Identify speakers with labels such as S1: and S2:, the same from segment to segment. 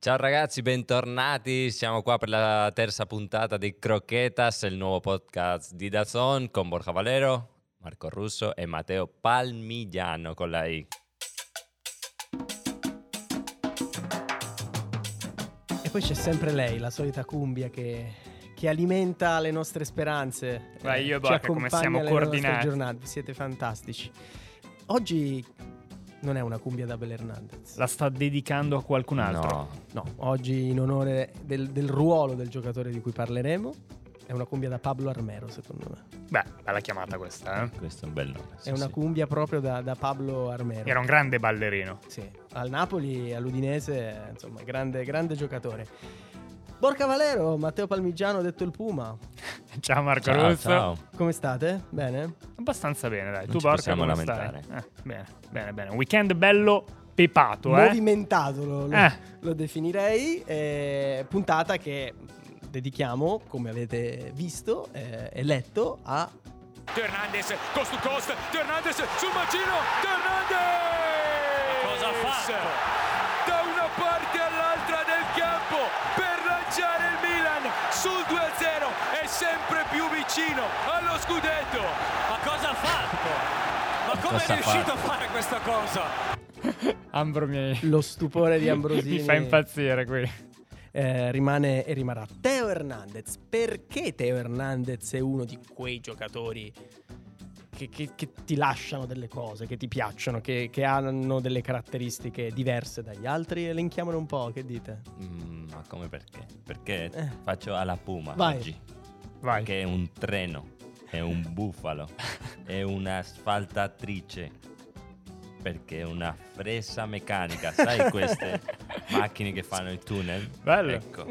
S1: Ciao ragazzi, bentornati. Siamo qua per la terza puntata di Croquetas, il nuovo podcast di Dazon con Borja Valero, Marco Russo e Matteo Palmigliano con la I.
S2: E poi c'è sempre lei, la solita cumbia che, che alimenta le nostre speranze.
S3: Vai,
S2: eh,
S3: io e
S2: ci
S3: Bacca, come
S2: accompagna
S3: siamo
S2: alle
S3: coordinati.
S2: nostre giornate. Siete fantastici. Oggi non è una cumbia da Abel Hernandez.
S3: La sta dedicando a qualcun altro.
S1: No,
S2: No, oggi in onore del, del ruolo del giocatore di cui parleremo è una cumbia da Pablo Armero, secondo me.
S3: Beh, bella chiamata questa, eh?
S1: questo è un bel nome. sì,
S2: è una
S1: sì.
S2: cumbia proprio da, da Pablo Armero.
S3: Era un grande ballerino.
S2: Sì, al Napoli, all'Udinese, eh, insomma, grande, grande giocatore. Borca Valero, Matteo Palmigiano, detto il Puma.
S3: Ciao Marco
S1: Ciao,
S3: Russo.
S1: ciao.
S2: Come state? Bene?
S3: Abbastanza bene, dai.
S1: Non
S3: tu
S1: ci
S3: porca
S1: possiamo
S3: come
S1: lamentare.
S3: stai? Eh, bene, bene, bene. Un weekend bello pepato, eh?
S2: Movimentato lo, lo-
S3: Eh.
S2: lo definirei. eh, puntata che dedichiamo, come avete visto eh, e letto, a
S4: Teo Hernandez, cost to cost, Teo Hernandez sul macino, Teo Hernandez! Cosa ha fatto? Da una parte all'altra del campo per lanciare il Milan sul 2-0 e sempre più vicino allo scudetto. Ma cosa ha fatto? Ma come
S1: Cosa
S4: è
S1: ha
S4: riuscito a fare questa cosa?
S3: Ambro mi...
S2: lo stupore di Ambrosini.
S3: mi fa impazzire qui.
S2: eh, rimane e rimarrà Teo Hernandez. Perché Teo Hernandez è uno di quei giocatori che, che- che ti lasciano delle cose, che ti piacciono, che, che hanno delle caratteristiche diverse dagli altri? Elenchiamone un po', che dite?
S1: Mm, ma come perché? Perché
S2: Eh.
S1: faccio alla Puma
S2: Vai.
S1: oggi.
S3: Vai.
S1: Che è un treno, è un bufalo, è un'asfaltatrice. Perché è una fresa meccanica, sai queste macchine che fanno i tunnel?
S3: Bello.
S1: Ecco.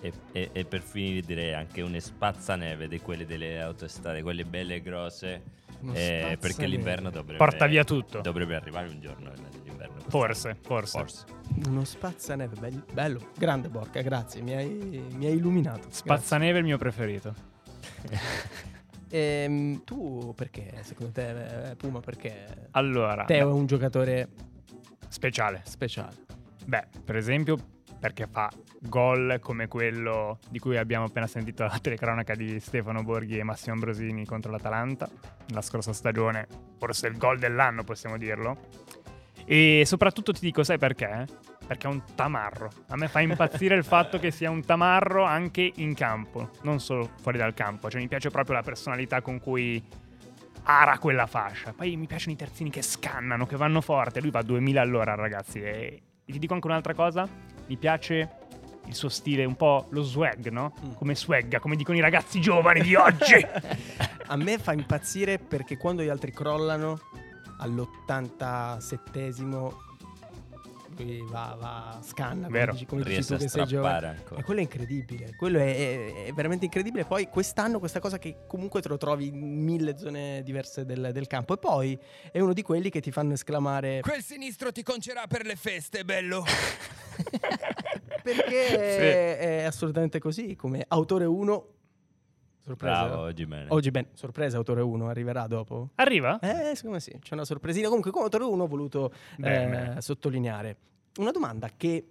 S1: E, e- e per finire direi anche un spazzaneve di quelle delle autostrade, quelle belle e grosse.
S2: Uno
S1: eh,
S2: spazzaneve.
S1: perché l'inverno dovrebbe
S3: Porta via tutto.
S1: Dovrebbe arrivare un giorno l'inverno.
S3: Forse, forse.
S1: Forse.
S2: Uno spazzaneve, bel- bello, grande Borca, grazie, mi hai, mi hai illuminato. Grazie.
S3: Spazzaneve è il mio preferito.
S2: Ehm, tu perché, secondo te, eh, Puma, perché
S3: Ah, Allora,
S2: Teo è un giocatore
S3: speciale.
S2: speciale?
S3: Beh, per esempio, perché fa gol come quello di cui abbiamo appena sentito la telecronaca di Stefano Borghi e Massimo Ambrosini contro l'Atalanta la scorsa stagione, forse il gol dell'anno possiamo dirlo. E soprattutto ti dico, sai perché? Perché è un tamarro. A me fa impazzire il fatto che sia un tamarro anche in campo, non solo fuori dal campo. Cioè mi piace proprio la personalità con cui ara quella fascia. Poi mi piacciono i terzini che scannano, che vanno forte. Lui va a 2000 all'ora, ragazzi. E e ti dico anche un'altra cosa. Mi piace il suo stile, un po' lo swag, no?
S2: Mm.
S3: Come swagga, come dicono i ragazzi giovani di oggi.
S2: A me fa impazzire perché quando gli altri crollano all'87esimo lui va, va scanna come
S3: Vero.
S2: dici, come dici
S1: Riesce
S2: tu
S1: a
S2: che sei giovane
S1: strappare ancora.
S2: e quello è incredibile, quello è, è- è veramente incredibile. Poi quest'anno questa cosa che comunque te lo trovi in mille zone diverse del, del campo. E poi è uno di quelli che ti fanno esclamare
S4: Quel sinistro ti concerà per le feste, bello.
S2: perché è, è assolutamente così, come autore 1. Sorpresa.
S1: Bravo, oggi bene.
S2: Oggi ben, sorpresa autore 1, arriverà dopo?
S3: Arriva?
S2: Eh, secondo me sì, c'è una sorpresina. Comunque, come autore 1 ho voluto
S3: Beh,
S2: eh,
S3: beh.
S2: sottolineare una domanda che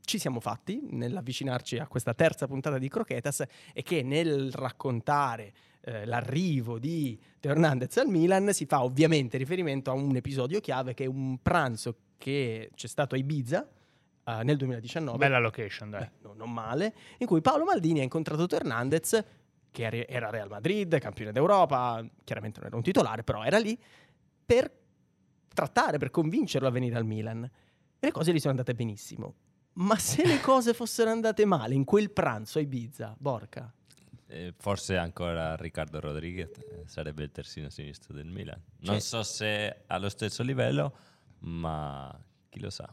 S2: ci siamo fatti nell'avvicinarci a questa terza puntata di Croquetas e che nel raccontare eh, l'arrivo di Teo Hernandez al Milan si fa ovviamente riferimento a un episodio chiave che è un pranzo che c'è stato a Ibiza eh, nel 2019.
S3: Bella location, dai.
S2: Beh, Eh. no- non male, in cui Paolo Maldini ha incontrato Teo Hernandez, che era- era Real Madrid, campione d'Europa, chiaramente non era un titolare, però era lì, per trattare, per convincerlo a venire al Milan. E le cose gli sono andate benissimo. Ma se le cose fossero andate male in quel pranzo a Ibiza, Borca,
S1: Eh, forse ancora Riccardo Rodriguez eh, sarebbe il terzino sinistro del Milan. Non
S2: Cioè-
S1: so se allo stesso livello, ma chi lo sa.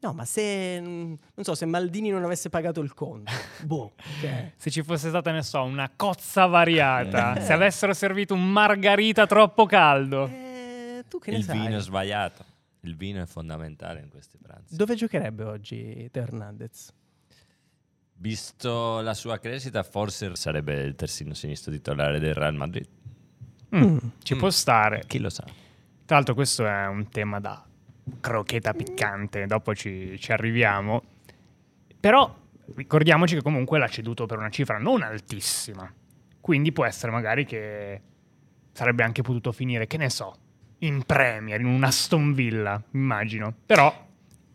S2: no, ma se, mm, non so, se Maldini non avesse pagato il conto, boh, cioè,
S3: Se ci fosse stata, ne so, una cozza variata, se avessero servito un margarita troppo caldo.
S2: Eh. eh, tu che ne
S1: il
S2: sai?
S1: vino è sbagliato. Il vino è fondamentale in questi pranzi.
S2: Dove giocherebbe oggi Teo Hernandez?
S1: Visto la sua crescita, forse sarebbe il terzino sinistro titolare del Real Madrid.
S3: Mm, ci
S1: Mm.
S3: può stare.
S1: Chi lo sa?
S3: Tra l'altro, questo è un tema da crocheta piccante. Dopo ci, ci arriviamo. Però ricordiamoci che comunque l'ha ceduto per una cifra non altissima. Quindi può essere magari che sarebbe anche potuto finire, che ne so, in Premier, in una Aston Villa, immagino. Però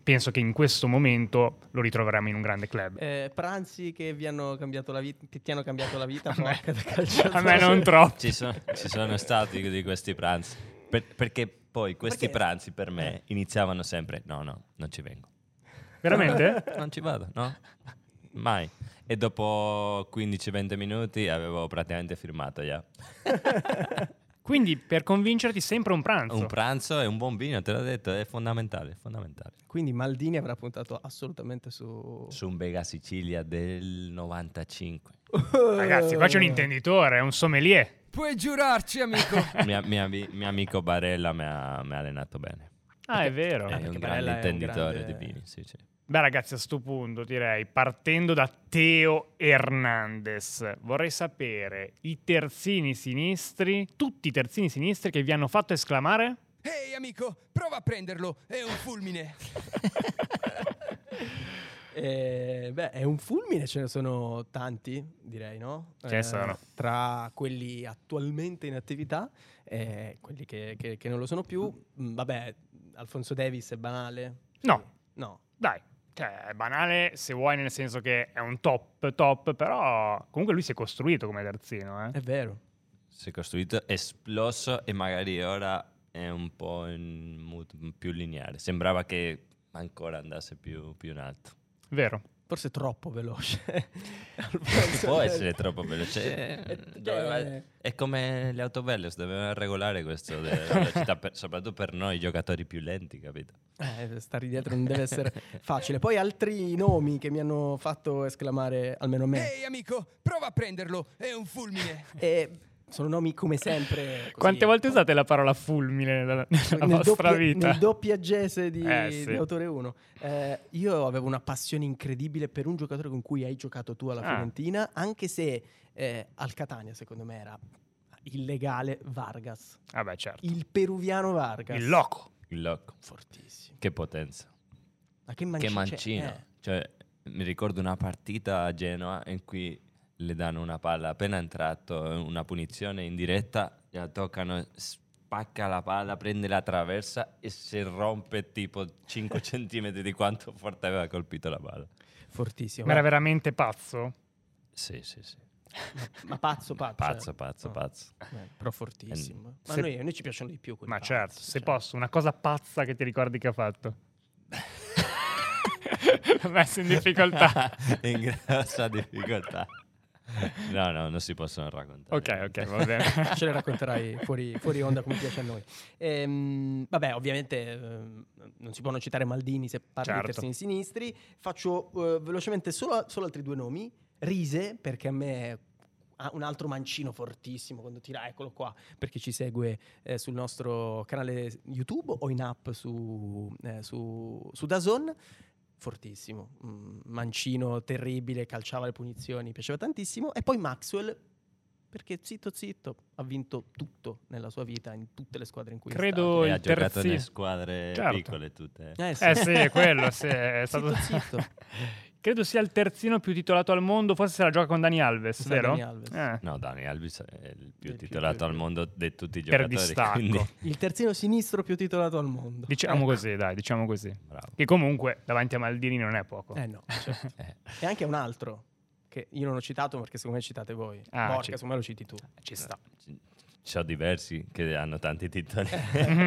S3: penso che in questo momento lo ritroveremo in un grande club.
S2: Eh, pranzi che vi hanno cambiato la vita, che ti hanno cambiato la vita,
S3: A me-
S2: porca da calciatore.
S3: A me non troppo.
S1: Ci sono, ci sono stati di questi pranzi. Per- perché Eh. poi questi
S2: Perché?
S1: pranzi per me iniziavano sempre: no, no, non ci vengo.
S3: Veramente?
S1: Non ci vado, no? Mai. E dopo 15-20 minuti avevo praticamente firmato già.
S3: Quindi per convincerti sempre un pranzo.
S1: Un pranzo e un buon vino, te l'ho detto, è fondamentale, è fondamentale.
S2: Quindi Maldini avrà puntato assolutamente su...
S1: Su un Vega Sicilia del 95.
S3: Ragazzi, qua c'è un intenditore, un sommelier.
S5: Puoi giurarci, amico.
S1: mio, mio ami- mio amico Barella mi ha, mi ha allenato bene.
S3: Ah, è vero.
S1: è un
S2: Eh, perché
S1: grande
S2: Barella è un
S1: intenditore
S2: grande-
S1: di vini, sì, sì.
S3: Beh, ragazzi, a sto punto direi, partendo da Teo Hernandez, vorrei sapere i terzini sinistri, tutti i terzini sinistri che vi hanno fatto esclamare?
S5: Ehi, amico, prova a prenderlo. È un fulmine.
S2: Eh, beh, è un fulmine, ce ne sono tanti, direi, no? Eh,
S3: Ce ne sono.
S2: Tra quelli attualmente in attività e quelli che, che- che non lo sono più. Mm, Vabbè, Alfonso Davis è banale?
S3: No.
S2: No.
S3: Dai, cioè, è banale se vuoi, nel senso che è un top, top, però comunque lui si è costruito come terzino, eh.
S2: È vero.
S1: Si è costruito, esploso e magari ora è un po' in mood più lineare. Sembrava che ancora andasse più, più in alto.
S3: Vero.
S2: Forse troppo veloce.
S1: Può essere troppo veloce. eh,
S2: Eh,
S1: doveva-
S2: eh.
S1: È come le autovelox, dovevano regolare questo de- velocità, per- soprattutto per noi giocatori più lenti, capito?
S2: Eh, stare dietro non deve essere facile. Poi altri nomi che mi hanno fatto esclamare, almeno a me.
S5: Ehi, amico, prova a prenderlo. È un fulmine.
S2: E sono nomi come sempre. così,
S3: Quante volte
S2: un po'
S3: usate la parola fulmine nella, nella
S2: nel
S3: vostra
S2: doppia,
S3: vita?
S2: nel doppiaggese di,
S3: Eh, sì.
S2: di Autore 1. Eh, io avevo una passione incredibile per un giocatore con cui hai giocato tu alla
S3: Ah.
S2: Fiorentina, anche se eh, al Catania secondo me era illegale Vargas,
S3: Ah beh, certo.
S2: il peruviano Vargas.
S3: Il loco.
S1: Il loco,
S2: Fortissimo.
S1: che potenza.
S2: Ma che eh, mancino.
S1: che mancino. Cioè, mi ricordo una partita a Genoa in cui le danno una palla appena entrato, eh, una punizione in diretta, la toccano, spacca la palla, prende la traversa e si rompe tipo 5 centimetri di quanto forte aveva colpito la palla.
S2: Fortissimo.
S3: Ma era veramente pazzo?
S1: Sì, sì, sì.
S2: Ma pazzo, pazzo.
S1: Pazzo,
S2: eh.
S1: pazzo,
S3: Oh.
S2: No.
S1: pazzo.
S2: Eh, però fortissimo. Ma
S3: se-
S2: a, noi, a noi ci piacciono di più quelli
S3: Ma
S2: pazzi,
S3: certo, se
S2: cioè.
S3: posso, una cosa pazza che ti ricordi che ha fatto. L'ho messo in difficoltà.
S1: in grossa difficoltà. No, no, non si possono raccontare.
S3: ok, ok, va bene.
S2: ce le racconterai fuori, fuori onda come piace a noi. Ehm, vabbè, ovviamente ehm, non si può non citare Maldini se parli
S3: Certo.
S2: di terzini sinistri. Faccio eh, velocemente solo, solo altri due nomi. Rise, perché a me ha un altro mancino fortissimo quando tira, eccolo qua, per chi ci segue eh, sul nostro canale YouTube o in app su, eh, su, su Dazon. Fortissimo, Mm, mancino terribile, calciava le punizioni, piaceva tantissimo. E poi Maxwell, perché zitto zitto, ha vinto tutto nella sua vita, in tutte le squadre in cui
S3: Credo-
S1: E
S3: il
S1: ha giocato
S3: terzi-
S1: nelle squadre
S3: Certo.
S1: piccole tutte. eh.
S2: è stato.
S3: Eh sì, quello, sì, è stato...
S2: Zitto, zitto.
S3: Credo sia il terzino più titolato al mondo, forse se la gioca con Dani Alves,
S2: Sa
S3: vero?
S2: Dani Alves.
S3: Eh,
S1: No, Dani Alves è il più
S2: Del più-
S1: titolato
S2: più-
S1: al mondo di tutti i
S3: Per
S1: giocatori.
S3: distacco.
S1: quindi-
S2: Il terzino sinistro più titolato al mondo.
S3: Diciamo così, dai, diciamo così.
S1: Bravo.
S3: Che comunque davanti a Maldini non è poco.
S2: Eh no, certo.
S1: Eh,
S2: E anche un altro, che io non ho citato perché secondo me citate voi.
S3: Ah,
S2: Porca,
S3: ci- Ah,
S2: secondo me lo citi tu.
S3: Ci sta.
S1: ci- ci sono diversi che hanno tanti titoli.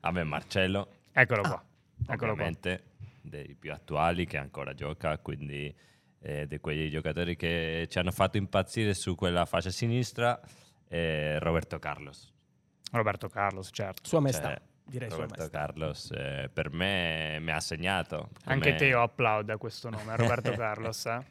S1: Vabbè, Marcello,
S3: Eccolo qua.
S2: Ah,
S3: Eccolo qua.
S1: ovviamente, dei più attuali che ancora gioca, quindi eh, di quei giocatori che ci hanno fatto impazzire su quella fascia sinistra, eh, Roberto Carlos.
S3: Roberto Carlos, certo.
S2: Sua maestà,
S1: Cioè,
S2: direi sua
S1: Roberto
S2: maestà.
S1: Carlos eh, per me mi ha segnato.
S3: Anche
S1: come
S3: Teo applauda questo nome, Roberto Carlos. eh.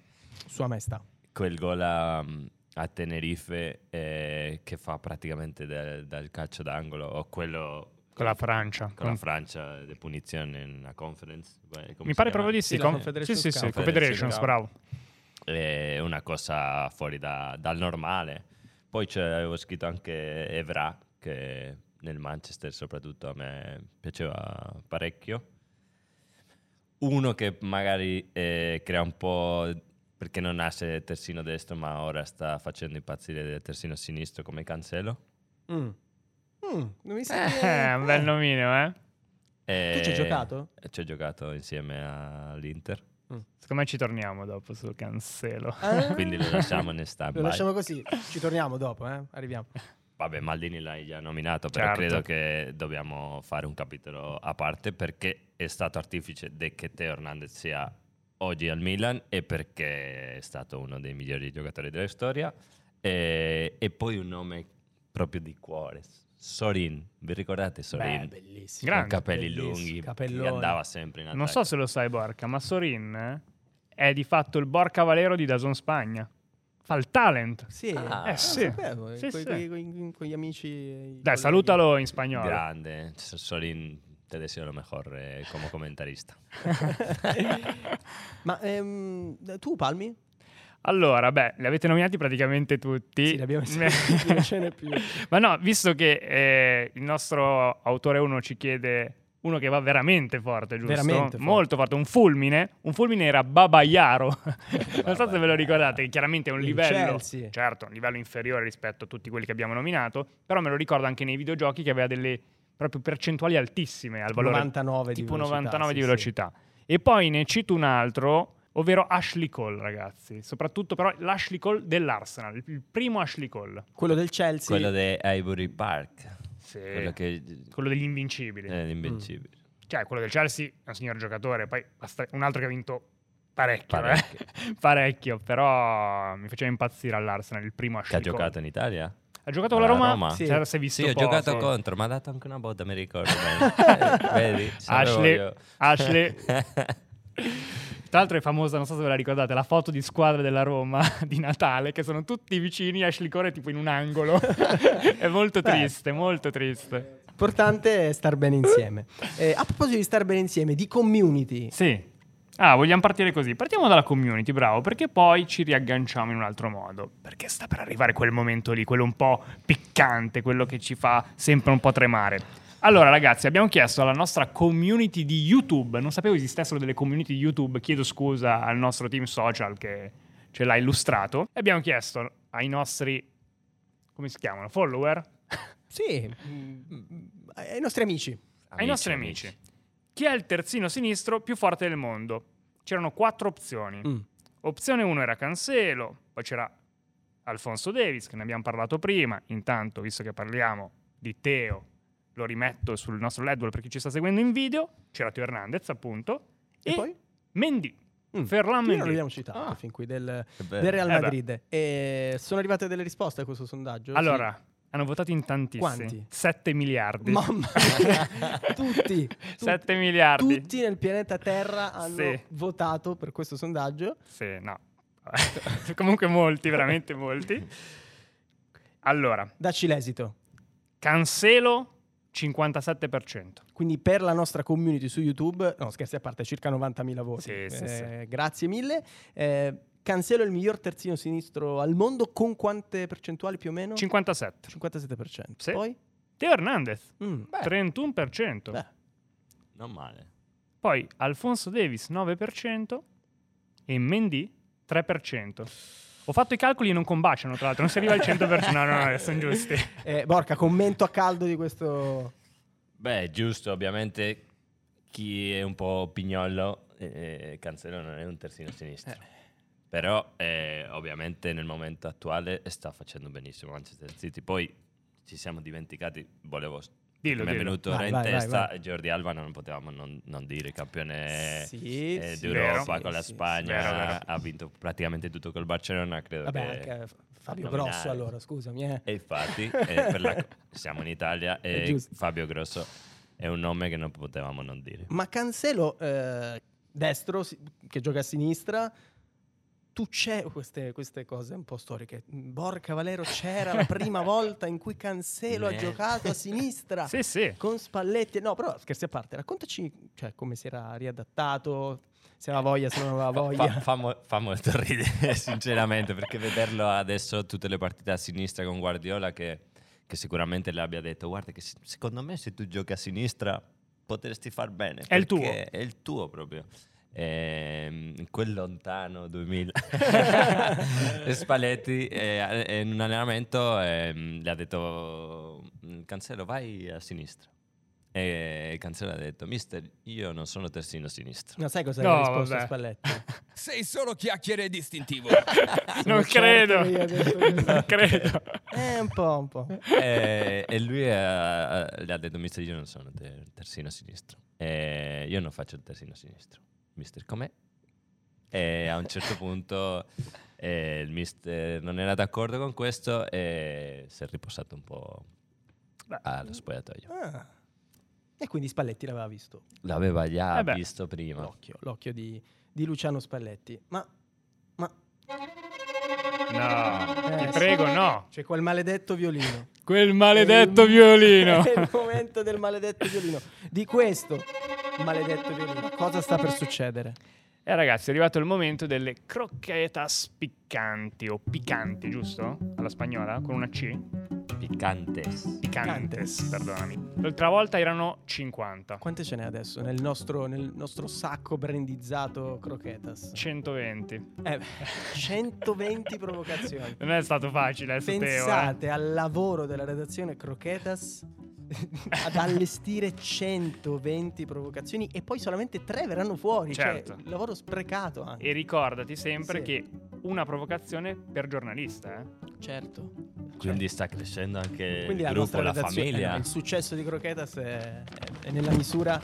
S2: Sua maestà.
S1: Quel gol a, a Tenerife eh, che fa praticamente del- dal calcio d'angolo o quello
S3: Con la Francia.
S1: con la Francia di punizione in una conference. eh, come
S3: Mi
S1: si
S3: pare
S1: chiama?
S3: proprio di sì.
S2: Sì, la
S3: con- sì,
S2: Confederations
S3: sì, sì,
S2: Cup.
S3: Confederations,
S1: Confederations Cup.
S3: bravo.
S1: È una cosa fuori da- dal normale. Poi c'è- avevo scritto anche Evra, che nel Manchester soprattutto a me piaceva parecchio. uno che magari eh, crea un po'... Perché non nasce terzino destro, ma ora sta facendo impazzire il terzino sinistro come Cancelo.
S2: Mm. Mm, non mi sa che-
S3: Eh, è un bel nomino, eh.
S1: E-
S2: ci hai giocato?
S1: Eh, Ci ho giocato insieme all'Inter.
S3: Secondo me ci torniamo dopo sul cancelo.
S2: Ah.
S1: Quindi lo lasciamo in stand
S2: Lo lasciamo così, ci torniamo dopo, eh? arriviamo.
S1: Vabbè, Maldini l'hai già nominato, però
S3: Certo.
S1: credo che dobbiamo fare un capitolo a parte perché è stato artifice di che Teo Hernandez sia oggi al Milan e perché è stato uno dei migliori giocatori della storia. E, e poi un nome proprio di cuore, Sorin. Vi ricordate Sorin?
S2: bellissimo.
S1: Con
S3: Grande.
S1: capelli
S2: Bellissimo,
S1: lunghi, che
S2: capellone.
S1: andava sempre in attacco.
S3: Non so se lo sai, Borca, ma Sorin eh, è di fatto il Borca Valero di Dazon Spagna. Fa il talent.
S2: Sì,
S1: Ah,
S2: eh,
S1: eh,
S2: lo
S3: sì.
S2: sapevo,
S3: Sì,
S2: coi-
S3: sì.
S2: coi- coi- con gli amici. e i
S3: Dai,
S2: colleghi.
S3: salutalo in spagnolo.
S1: Grande, Sorin, te deseo lo mejor eh, come commentarista.
S2: Ma ehm, tu palmi?
S3: Allora, beh, li avete nominati praticamente tutti.
S2: Sì, li abbiamo sentiti, non ce n'è più.
S3: Ma no, visto che eh, il nostro autore 1 ci chiede uno che va veramente forte, giusto?
S2: Veramente forte.
S3: Molto forte, un fulmine. Un fulmine era Babaiaro. non so se ve
S1: Babaiaro.
S3: lo ricordate, che chiaramente è un
S2: Il
S3: livello,
S2: Chelsea.
S3: certo, un livello inferiore rispetto a tutti quelli che abbiamo nominato, però me lo ricordo anche nei videogiochi che aveva delle proprio percentuali altissime al valore
S2: 99 di
S3: tipo
S2: velocità,
S3: 99 di
S2: sì,
S3: velocità. E poi ne cito un altro, ovvero Ashley Cole, ragazzi. Soprattutto però l'Ashley Cole dell'Arsenal, il- il primo Ashley Cole.
S2: Quello del Chelsea.
S1: Quello di Ivory Park,
S3: Sì.
S1: quello
S3: Quello,
S1: che Eh.
S3: degli invincibili.
S1: è invincibile.
S3: Cioè, quello del Chelsea è un signor giocatore, poi basta- un altro che ha vinto parecchio,
S1: Parecchio.
S3: eh. Parecchio, però mi faceva impazzire all'Arsenal, il primo
S1: Che ha
S3: Ashley Cole.
S1: giocato in Italia?
S3: Ha giocato con la
S1: Alla
S3: Roma?
S1: Roma?
S3: Sì,
S2: Sì.
S3: Cioè, si è visto
S1: sì, ho
S3: poco.
S1: giocato contro, mi ha dato anche una botta, mi ricordo. bene. Eh, Vedi? sapevo
S3: Ashley-
S1: io.
S3: Ashley. Tra l'altro è famosa, non so se ve la ricordate, la foto di squadra della Roma di Natale, che sono tutti vicini, Ashley Cole è tipo in un angolo. è molto
S2: Beh.
S3: triste, molto triste.
S2: Importante è star bene insieme. Eh, a proposito di star bene insieme, di community.
S3: Sì. Ah, vogliamo partire così. Partiamo dalla community, bravo, perché poi ci riagganciamo in un altro modo. Perché sta per arrivare quel momento lì, quello un po' piccante, quello che ci fa sempre un po' tremare. Allora, ragazzi, abbiamo chiesto alla nostra community di YouTube. Non sapevo esistessero delle community di YouTube. Chiedo scusa al nostro team social che ce l'ha illustrato. E abbiamo chiesto ai nostri. come si chiamano? Follower?
S2: Sì, mm, ai nostri amici.
S3: ai nostri amici. Chi è il terzino sinistro più forte del mondo? C'erano quattro opzioni.
S2: Mm.
S3: Opzione 1 era Cancelo, poi c'era Alfonso Davis, che ne abbiamo parlato prima. Intanto, visto che parliamo di Teo, lo rimetto sul nostro ledwall per chi ci sta seguendo in video. C'era Teo Hernandez, appunto. E,
S2: E poi?
S3: Mendy.
S2: Mm.
S3: Ferland
S2: Chi non
S3: Mendy.
S2: l'abbiamo citato
S1: Ah.
S2: fin qui del,
S1: Che bello.
S2: del Real
S3: Eh beh.
S2: Madrid. E sono arrivate delle risposte a questo sondaggio? Sì.
S3: Allora, hanno votato in tantissimi.
S2: Quanti?
S3: 7 miliardi.
S2: Mamma mia, tutti, tutti,
S3: 7 miliardi.
S2: tutti nel pianeta Terra hanno
S3: Sì.
S2: votato per questo sondaggio.
S3: Sì, no. Comunque molti, veramente molti. Allora,
S2: Dacci l'esito.
S3: Cancelo 57%.
S2: Quindi per la nostra community su YouTube, no scherzi a parte, circa 90.000 voti.
S3: Sì, sì,
S2: Eh, Grazie mille. Eh, Cancelo è il miglior terzino sinistro al mondo con quante percentuali più o meno?
S3: 57.
S2: 57%.
S3: Sì.
S2: Poi?
S3: Teo Hernandez
S2: Mm,
S3: 31%.
S2: beh,
S1: Non male.
S3: Poi Alfonso Davis 9% e Mendy 3%. Ho fatto i calcoli e non combaciano, tra l'altro, non si arriva al 100%. No, no, no, sono giusti.
S2: eh, Borca, commento a caldo di questo...
S1: Beh, è giusto, ovviamente chi è un po' pignollo, eh, Cancelo non è un
S2: Eh.
S1: terzino sinistro. Però eh, ovviamente nel momento attuale sta facendo benissimo Manchester City. Poi ci siamo dimenticati, volevo...
S3: Dillo,
S1: mi è
S3: dillo.
S1: venuto ora
S2: Vai,
S1: in
S2: vai, vai,
S1: testa
S2: vai.
S1: Jordi Alba, non potevamo non, non dire, campione
S2: Sì,
S1: eh,
S2: sì,
S1: d'Europa
S2: vero.
S1: con la
S2: Sì, sì,
S1: Spagna,
S3: sì. Vero, vero.
S1: ha vinto praticamente tutto col Barcellona, credo
S2: Vabbè,
S1: che...
S2: anche Fabio
S1: nominare.
S2: Grosso allora, scusami. eh.
S1: E infatti, eh, per la- siamo in Italia
S2: È
S1: e
S2: giusto.
S1: Fabio Grosso è un nome che non potevamo non dire.
S2: Ma Cancelo, eh, destro, si- che gioca a sinistra, tu c'è queste, queste cose un po' storiche. Borca Valero c'era la prima volta in cui Cancelo ha
S1: Eh.
S2: giocato a sinistra
S3: Sì, sì.
S2: con Spalletti. No, però scherzi a parte, raccontaci cioè, come si era riadattato, se aveva voglia, se non
S1: Fa,
S2: aveva voglia.
S1: fa- fa mo- fa molto ridere, sinceramente, perché vederlo adesso tutte le partite a sinistra con Guardiola che, che sicuramente le abbia detto guarda che se- secondo me se tu giochi a sinistra potresti far bene.
S3: È il
S1: perché
S3: tuo.
S1: È il tuo proprio. Ehm, quel lontano 2000 Spalletti eh, in un allenamento ehm, le ha detto "Mm, Cancelo vai a sinistra e Cancelo ha detto mister io non sono terzino sinistro
S2: No, sai cosa
S3: No,
S2: ha risposto
S3: vabbè.
S2: Spalletti?
S5: Sei solo chiacchiere distintivo.
S3: non
S2: certo
S3: credo.
S2: che gli ha detto così.
S3: non credo.
S2: Eh, un po', un po'.
S1: e, e lui eh, le ha detto mister io non sono ter- terzino sinistro Eh, io non faccio il terzino sinistro mister com'è? e a un certo punto eh, il mister non era d'accordo con questo e si è riposato un po' allo spogliatoio
S2: Ah. E quindi Spalletti l'aveva visto.
S1: l'aveva già
S3: Eh beh.
S1: visto prima
S2: L'occhio, l'occhio di, di Luciano Spalletti. Ma, ma...
S3: No, ti
S2: eh,
S3: prego, no.
S2: C'è quel maledetto violino.
S3: Quel maledetto
S2: È il-
S3: violino.
S2: È il momento del maledetto violino. Di questo maledetto violino. Cosa sta per succedere?
S3: E Eh, ragazzi, è arrivato il momento delle croquetas piccanti o picanti, giusto? Alla spagnola, con una C?
S1: piccantes
S3: Picantes,
S2: Picantes.
S3: perdonami. L'altra volta erano 50.
S2: Quante ce n'è adesso nel nostro, nel nostro sacco brandizzato croquetas?
S3: 120.
S2: Eh, beh, 120 provocazioni.
S3: Non è stato facile, adesso Teo. eh.
S2: Pensate al lavoro della redazione Croquetas ad allestire 120 provocazioni e poi solamente 3 verranno fuori.
S3: Certo.
S2: Cioè, lavoro sprecato anche.
S3: E ricordati sempre
S2: Sì.
S3: che una provocazione per giornalista, eh.
S2: Certo.
S1: quindi sta crescendo anche il
S2: Quindi la
S1: gruppo
S2: nostra
S1: la
S2: redazione, eh,
S1: famiglia
S2: no, il successo di Croquetas è, è- è nella misura,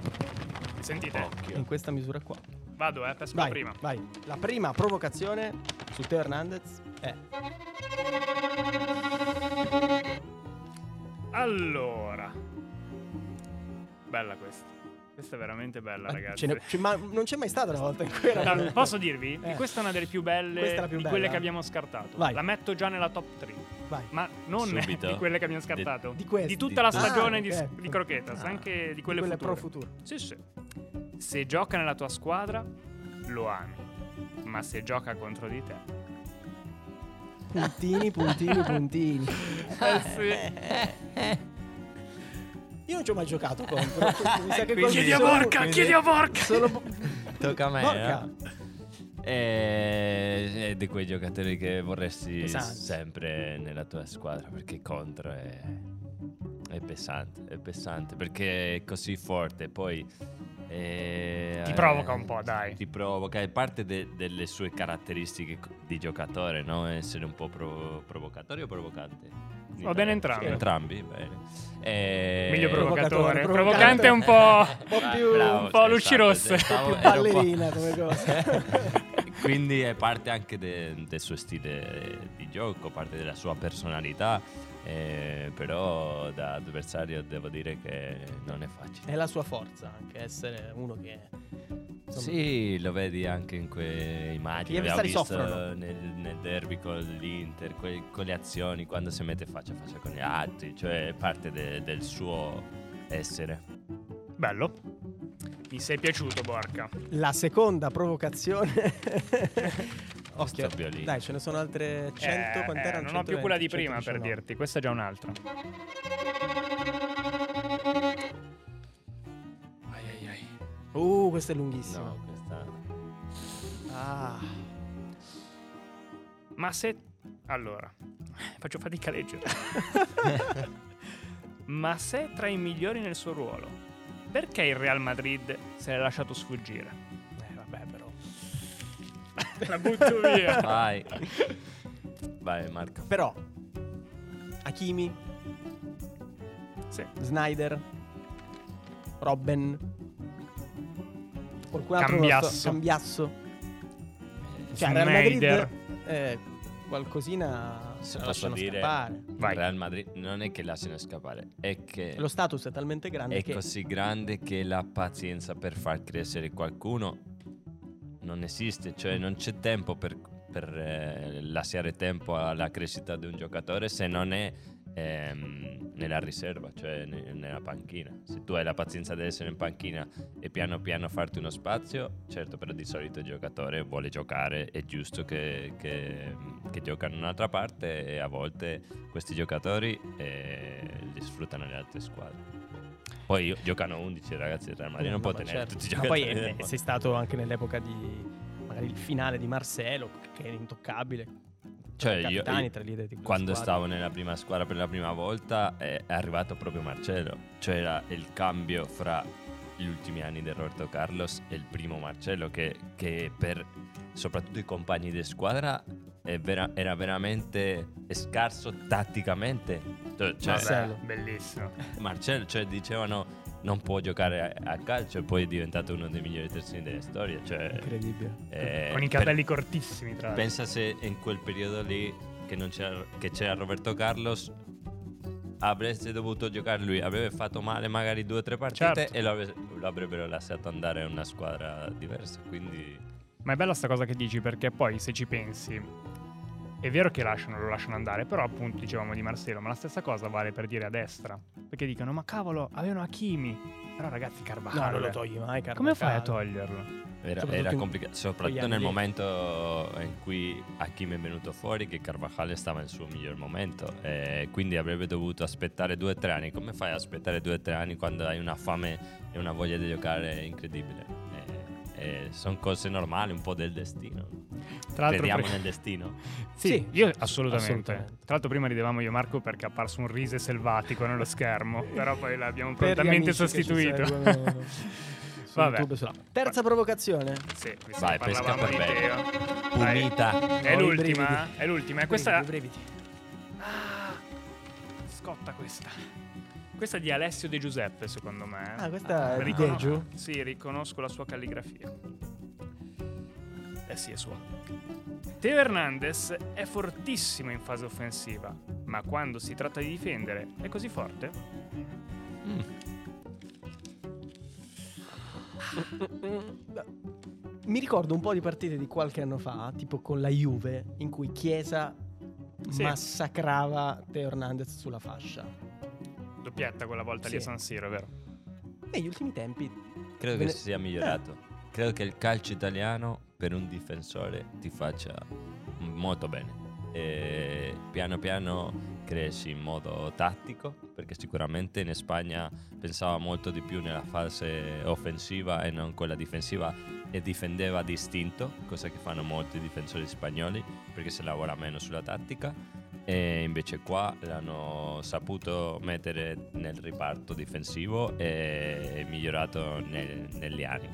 S3: Sentite,
S1: occhio
S2: in questa misura qua.
S3: vado, eh, passo la
S2: Vai,
S3: prima.
S2: vai. La prima provocazione su Teo Hernandez è...
S3: Allora. Bella questa. Questa è veramente bella,
S2: Ma,
S3: ragazzi.
S2: Eh, ce ne- ce- ma non c'è mai stata una volta in cui era...
S3: No, posso dirvi che
S2: Eh.
S3: questa è una delle più belle
S2: Questa è la più
S3: di quelle
S2: bella?
S3: che abbiamo scartato.
S2: Vai.
S3: La metto già nella top 3.
S2: Vai.
S3: Ma non
S1: Subito?
S3: di quelle che abbiamo scartato.
S2: Di queste.
S3: tutta la
S2: Ah,
S3: stagione di,
S2: ok.
S3: di Croquetas,
S2: Ah.
S3: anche di quelle,
S2: Quella
S3: future.
S2: pro futuro.
S3: Sì, sì. Se gioca nella tua squadra, lo ami. Ma se gioca contro di te.
S2: Puntini, puntini, puntini.
S3: Eh sì.
S2: Io non ci ho mai giocato contro. Mi sa che
S1: Quindi-
S2: qualcuno-
S3: Eh, Chiedi a
S2: sono-
S3: Borca,
S2: quindi-
S3: chiedi a Borca.
S2: Sono...
S1: Tocca a me,
S2: Porca.
S1: no? E è di quei giocatori che vorresti
S2: Pesanti.
S1: sempre nella tua squadra perché contro è, è pesante, è pesante perché è così forte, poi eh,
S3: Ti provoca un po', dai.
S1: Ti provoca, è parte de- delle sue caratteristiche co- di giocatore, no? Essere un po' provo- provocatorio o provocante?
S3: Va bene entrambi.
S1: Entrambi, bene. E-
S3: Meglio
S2: Provocatore,
S3: provocatore.
S2: Eh,
S3: Provocante è un
S2: Un
S3: po'.
S2: po' più-
S1: bravo,
S3: un po' luci
S1: esatto,
S3: rosse.
S1: stavo- ero
S2: più
S1: un po'-
S2: ballerina come cosa.
S1: Quindi è parte anche de- del suo stile di gioco, parte della sua personalità, eh, però da avversario devo dire che non è facile.
S2: È la sua forza anche essere uno che. insomma,
S1: Sì, lo vedi anche in quelle immagini.
S2: Gli
S1: Abbiamo
S2: avversari
S1: visto
S2: soffrono.
S1: Nel, nel derby con l'Inter, que- con le azioni, quando si mette faccia a faccia con gli altri, cioè è parte de- del suo essere.
S3: Bello. Mi sei piaciuto, Borca.
S2: La seconda provocazione. Occhio.
S1: Sto violino.
S2: Dai, ce ne sono altre 100.
S3: Eh,
S2: quant'erano?
S3: eh, non ho più quella di prima per
S2: 119.
S3: dirti, questa è già un'altra.
S5: Ai ai ai.
S2: Uh, questa è lunghissima.
S1: No, questa...
S2: Ah,
S3: Ma se allora faccio fatica a leggere. Ma se è tra i migliori nel suo ruolo, perché il Real Madrid se l'è lasciato sfuggire?
S2: eh, vabbè, però.
S3: La butto via.
S1: Vai. Vai Marco.
S2: Però, Hakimi,
S3: Sì.
S2: Snyder, Robben, qualcun altro
S3: Cambiasso.
S2: nostro- Cambiasso. Cioè, Real Madrid,
S3: Snyder.
S2: eh, qualcosina
S1: Se
S2: la
S1: posso
S2: lasciano
S1: dire-
S2: scappare. Cioè,
S3: Vai.
S1: Real Madrid non è che lasciano scappare, è che
S2: Lo status è talmente grande
S1: è
S2: che
S1: così grande che la pazienza per far crescere qualcuno non esiste, cioè non c'è tempo per, per, eh, lasciare tempo alla crescita di un giocatore se non è ehm, nella riserva, cioè ne- nella panchina. Se tu hai la pazienza di essere in panchina e piano piano farti uno spazio, certo però di solito il giocatore vuole giocare, è giusto che, che, che gioca in un'altra parte e a volte questi giocatori eh, li sfruttano le altre squadre. Poi io- giocano 11 ragazzi, il Real Madrid non
S2: No,
S1: può
S2: ma
S1: tenere
S2: certo.
S1: tutti i
S2: Ma
S1: giocatori.
S2: poi eh,
S1: del
S2: sei stato anche nell'epoca di magari il finale di Marcelo, che era intoccabile.
S1: Cioè,
S2: Tra i
S1: io-
S2: capitani,
S1: io-
S2: tra i leader di quella
S1: quando
S2: squadra.
S1: stavo nella prima squadra per la prima volta eh, è arrivato proprio Marcello cioè era il cambio fra gli ultimi anni di Roberto Carlos e il primo Marcello che, che per soprattutto i compagni di squadra è vera- era veramente scarso tatticamente cioè, cioè,
S3: certo.
S2: Marcello.
S3: Bellissimo.
S1: Marcello cioè, dicevano non può giocare a, a calcio e poi è diventato uno dei migliori terzini della storia cioè,
S2: Incredibile.
S1: eh,
S3: Con i
S1: per-
S3: capelli cortissimi, tra l'altro.
S1: Pensa se in quel periodo lì che, non c'era, che c'era Roberto Carlos avreste dovuto giocare lui, avrebbe fatto male magari due o tre partite
S3: Certo.
S1: e lo, avre- lo avrebbero lasciato andare a una squadra diversa. Quindi
S3: Ma è bella sta cosa che dici perché poi se ci pensi è vero che lasciano, lo lasciano andare, però appunto dicevamo di Marcello, ma la stessa cosa vale per dire a destra. Perché dicono "Ma cavolo, avevano Hakimi". Però ragazzi Carvajal.
S1: ah,
S2: No, non lo
S3: eh.
S2: togli mai, Carlo.
S3: Come fai a
S2: Carlo.
S3: toglierlo?
S1: era,
S2: Soprattutto in-
S1: complicato, soprattutto
S2: anni
S1: nel
S2: lì.
S1: momento in cui Hakim è venuto fuori che Carvajal stava nel suo miglior momento e quindi avrebbe dovuto aspettare due o tre anni. Come fai ad aspettare due o tre anni quando hai una fame e una voglia di giocare incredibile? sono cose normali, un po' del destino.
S3: Tra l'altro
S1: Crediamo
S3: pre-
S1: nel destino.
S3: Sì,
S2: Sì,
S3: io assolutamente.
S2: assolutamente.
S3: Tra l'altro prima ridevamo io e Marco perché è apparso un rise selvatico nello schermo, però poi l'abbiamo
S2: Per gli
S3: prontamente
S2: amici che ci
S3: sostituito.
S2: seguono su
S3: Vabbè.
S2: YouTube, sulla- Terza provocazione.
S3: Sì, visto
S1: Vai,
S3: che
S1: pesca
S3: parlavamo
S1: per
S3: di
S1: bene.
S3: Teo.
S1: Punita.
S3: È
S2: Ho i
S3: l'ultima,
S2: brividi.
S3: è l'ultima. E questa
S2: Breviti, breviti.
S3: Ah, scotta questa. Questa è di Alessio De Giuseppe, secondo me.
S2: Ah, questa è di
S3: Ricono-
S2: Deju?
S3: Sì, riconosco la sua calligrafia. Eh sì, è sua. Teo Hernandez è fortissimo in fase offensiva, ma quando si tratta di difendere è così forte?
S2: Mi ricordo un po' di partite di qualche anno fa, tipo con la Juve, in cui Chiesa
S3: Sì.
S2: massacrava Teo Hernandez sulla fascia.
S3: Doppietta quella volta lì
S2: Sì.
S3: a San Siro, è vero?
S2: Negli ultimi tempi
S1: Credo
S2: Ve
S1: che
S2: ne-
S1: sia migliorato. Credo che il calcio italiano per un difensore ti faccia molto bene. E piano piano cresci in modo tattico, perché sicuramente in Spagna pensava molto di più nella fase offensiva e non quella difensiva e difendeva distinto, cosa che fanno molti difensori spagnoli, perché si lavora meno sulla tattica. E invece qua l'hanno saputo mettere nel riparto difensivo e è migliorato nel- negli anni.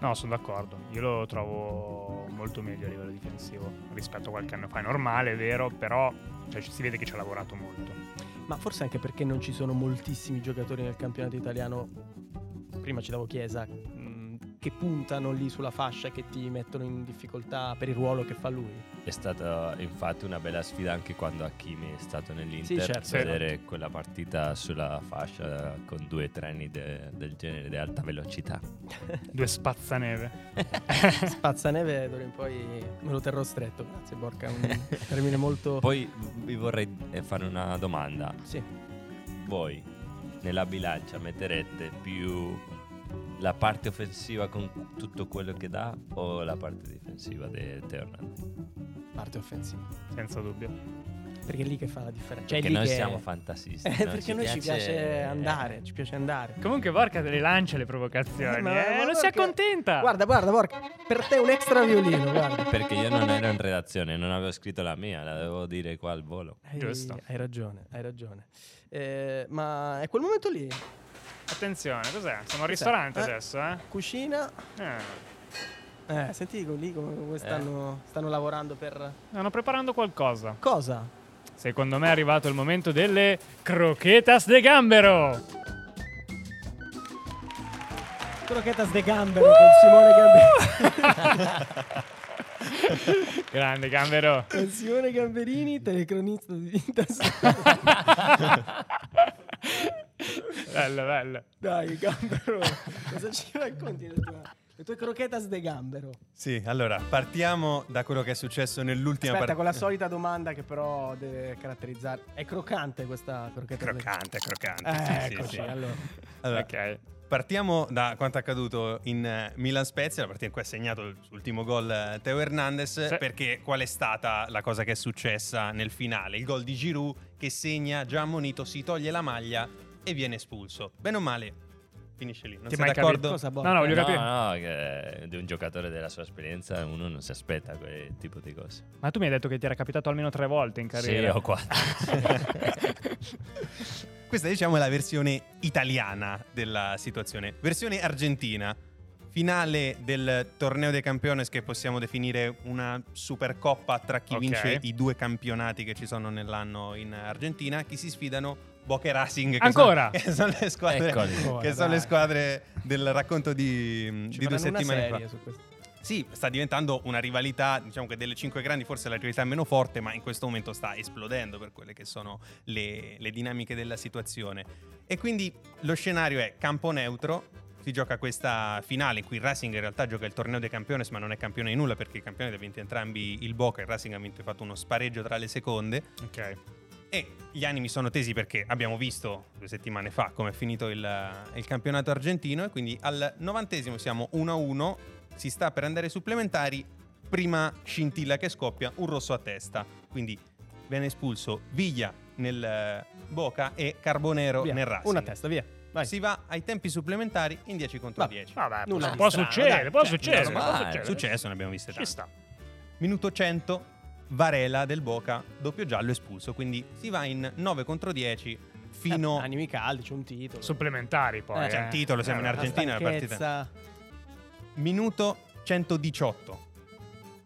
S3: No, sono d'accordo. Io lo trovo molto meglio a livello difensivo rispetto a qualche anno fa. È normale, è vero, però cioè, ci- si vede che ci ha lavorato molto.
S2: Ma forse anche perché non ci sono moltissimi giocatori nel campionato italiano, prima ci davo Chiesa, mh, che puntano lì sulla fascia, che ti mettono in difficoltà per il ruolo che fa lui.
S1: È stata infatti una bella sfida anche quando Hakimi è stato nell'Inter.
S2: Sì, certo.
S1: Vedere quella partita sulla fascia con due treni de- del genere di alta velocità.
S3: Due spazzaneve.
S2: Spazzaneve d'ora in poi me lo terrò stretto, grazie Borca, è un termine molto...
S1: Poi vi vorrei eh, fare una domanda.
S2: Sì,
S1: voi nella bilancia metterete più la parte offensiva con tutto quello che dà o la parte difensiva di Teo Hernandez?
S2: parte offensiva.
S3: Senza dubbio.
S2: Perché è lì che fa la differenza. Cioè, è
S1: Perché
S2: lì
S1: noi
S2: che-
S1: siamo fantasisti.
S2: Eh,
S1: no?
S2: perché noi ci
S1: eh.
S2: piace andare, ci piace andare.
S3: Comunque Borca te le lancia le provocazioni.
S2: Eh,
S3: Eh,
S2: ma- ma
S3: non si
S2: Borca-
S3: accontenta.
S2: Guarda, guarda, Borca, per te un extra violino, guarda.
S1: Perché io non ero in redazione, non avevo scritto la mia, la devo dire qua al volo.
S2: Hai,
S3: Giusto.
S2: hai ragione, hai ragione. Eh, ma è quel momento lì,
S3: Attenzione, cos'è? Siamo
S2: Cos'è?
S3: al ristorante
S2: Eh?
S3: adesso, eh?
S2: cucina,
S3: Eh,
S2: Eh, senti con- lì come come stanno, stanno lavorando per
S3: Stanno preparando qualcosa.
S2: cosa?
S3: Secondo me è arrivato il momento delle croquetas de gambero.
S2: Croquetas de gambero con Simone Gamberini.
S3: Grande gambero.
S2: con Simone Gamberini, telecronista di Vintas.
S3: bello, bello.
S2: Dai, gambero, cosa ci racconti? Le tue, le tue croquetas de gambero.
S6: Sì, allora partiamo da quello che è successo nell'ultima
S2: Aspetta, con
S6: partita.
S2: la solita domanda che però deve caratterizzare. È croccante questa croqueta?
S6: Croccante, croccante.
S2: Eh,
S6: sì, sì,
S2: eccoci,
S6: sì.
S2: allora.
S6: Allora,
S3: Ok.
S6: Partiamo da quanto è accaduto in eh, Milan-Spezia, la partita in cui ha segnato l'ultimo gol eh, Teo Hernandez,
S3: Sì.
S6: perché qual è stata la cosa che è successa nel finale? Il gol di Giroud che segna già ammonito, si toglie la maglia e viene espulso. Bene o male, finisce lì. Non
S3: Ti è
S6: sei
S3: mai
S6: d'accordo?
S2: Cosa
S3: No,
S2: botta?
S3: no, Ah, voglio
S1: No,
S3: capire.
S1: no, che di un giocatore della sua esperienza uno non si aspetta quel tipo di cose.
S3: Ma tu mi hai detto che ti era capitato almeno tre volte in
S1: Sì,
S3: carriera.
S1: o quattro.
S6: Questa diciamo è la versione italiana della situazione. Versione argentina. Finale del torneo dei campiones che possiamo definire una supercoppa tra chi
S3: Ok.
S6: vince i due campionati che ci sono nell'anno in Argentina, chi si sfidano Boca e Racing. Che
S3: Ancora?
S6: Sono, che sono le squadre,
S1: Eccoli.
S6: che
S2: Ancora,
S6: sono le
S2: dai.
S6: squadre del racconto di,
S2: Ecco. Ci
S6: di due
S2: faranno una
S6: settimane fa.
S2: serie su questo.
S6: Sì, sta diventando una rivalità, diciamo che delle cinque grandi forse è la rivalità meno forte, ma in questo momento sta esplodendo per quelle che sono le, le dinamiche della situazione. E quindi lo scenario è campo neutro, si gioca questa finale in cui il Racing in realtà gioca il torneo dei campioni, ma non è campione di nulla perché i campioni li ha vinti entrambi il Boca, il Racing ha vinto, ha fatto uno spareggio tra le seconde.
S3: Ok.
S6: E gli animi sono tesi perché abbiamo visto due settimane fa come è finito il, eh, il campionato argentino e quindi al novantesimo siamo 1-1, si sta per andare ai supplementari, prima scintilla che scoppia, un rosso a testa, quindi viene espulso Viglia nel eh, Boca e Carbonero
S2: Via,
S6: Oh, nel Racing.
S2: Una testa, via. Vai.
S6: Si va ai tempi supplementari in 10 contro
S2: Vabbè.
S6: 10.
S3: Vabbè,
S2: Nulla
S3: può-
S2: di
S3: può
S2: strano,
S3: succedere,
S2: dai.
S3: può
S2: Cioè,
S3: succedere,
S1: normale,
S3: può
S6: È
S3: succedere.
S6: successo, ne abbiamo viste
S3: Ci
S6: tante.
S3: sta.
S6: Minuto 100, Varela del Boca, doppio giallo espulso, quindi si va in 9 contro 10 fino...
S2: Eh, animi caldi, c'è un titolo.
S3: Supplementari poi.
S2: Eh,
S6: c'è
S3: eh.
S6: un titolo, siamo in
S3: Eh,
S6: Argentina, la partita.
S2: stanchezza.
S6: Minuto 118,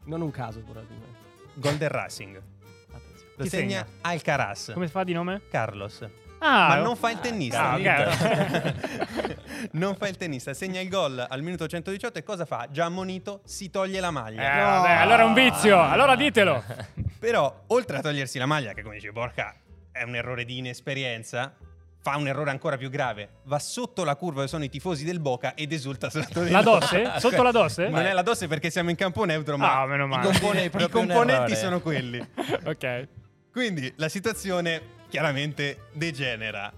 S2: Non un caso, probabilmente.
S6: gol del Racing.
S2: Attenzione.
S6: Lo
S3: Chi
S6: segna,
S3: segna?
S6: Alcaraz.
S3: Come fa di nome?
S6: Carlos.
S3: Ah,
S6: Ma non fa il tennista.
S3: Ah,
S1: ok.
S6: non fa il tennista, segna il gol al minuto 118 e cosa fa? Già ammonito, si toglie la
S3: eh,
S6: maglia.
S3: vabbè, allora è un vizio, allora ditelo.
S6: Però, oltre a togliersi la maglia, che come dice Borca è un errore di inesperienza, fa un errore ancora più grave. Va sotto la curva dove sono i tifosi del Boca ed esulta sotto di
S3: La
S6: loro.
S3: dosse? Sotto la dosse?
S6: Non è la dosse perché siamo in campo neutro, ma
S3: Ah, meno
S6: i
S3: male.
S6: compone-
S1: È
S6: i
S1: proprio un
S6: componenti
S1: errore.
S6: sono quelli.
S3: ok.
S6: Quindi la situazione chiaramente degenera.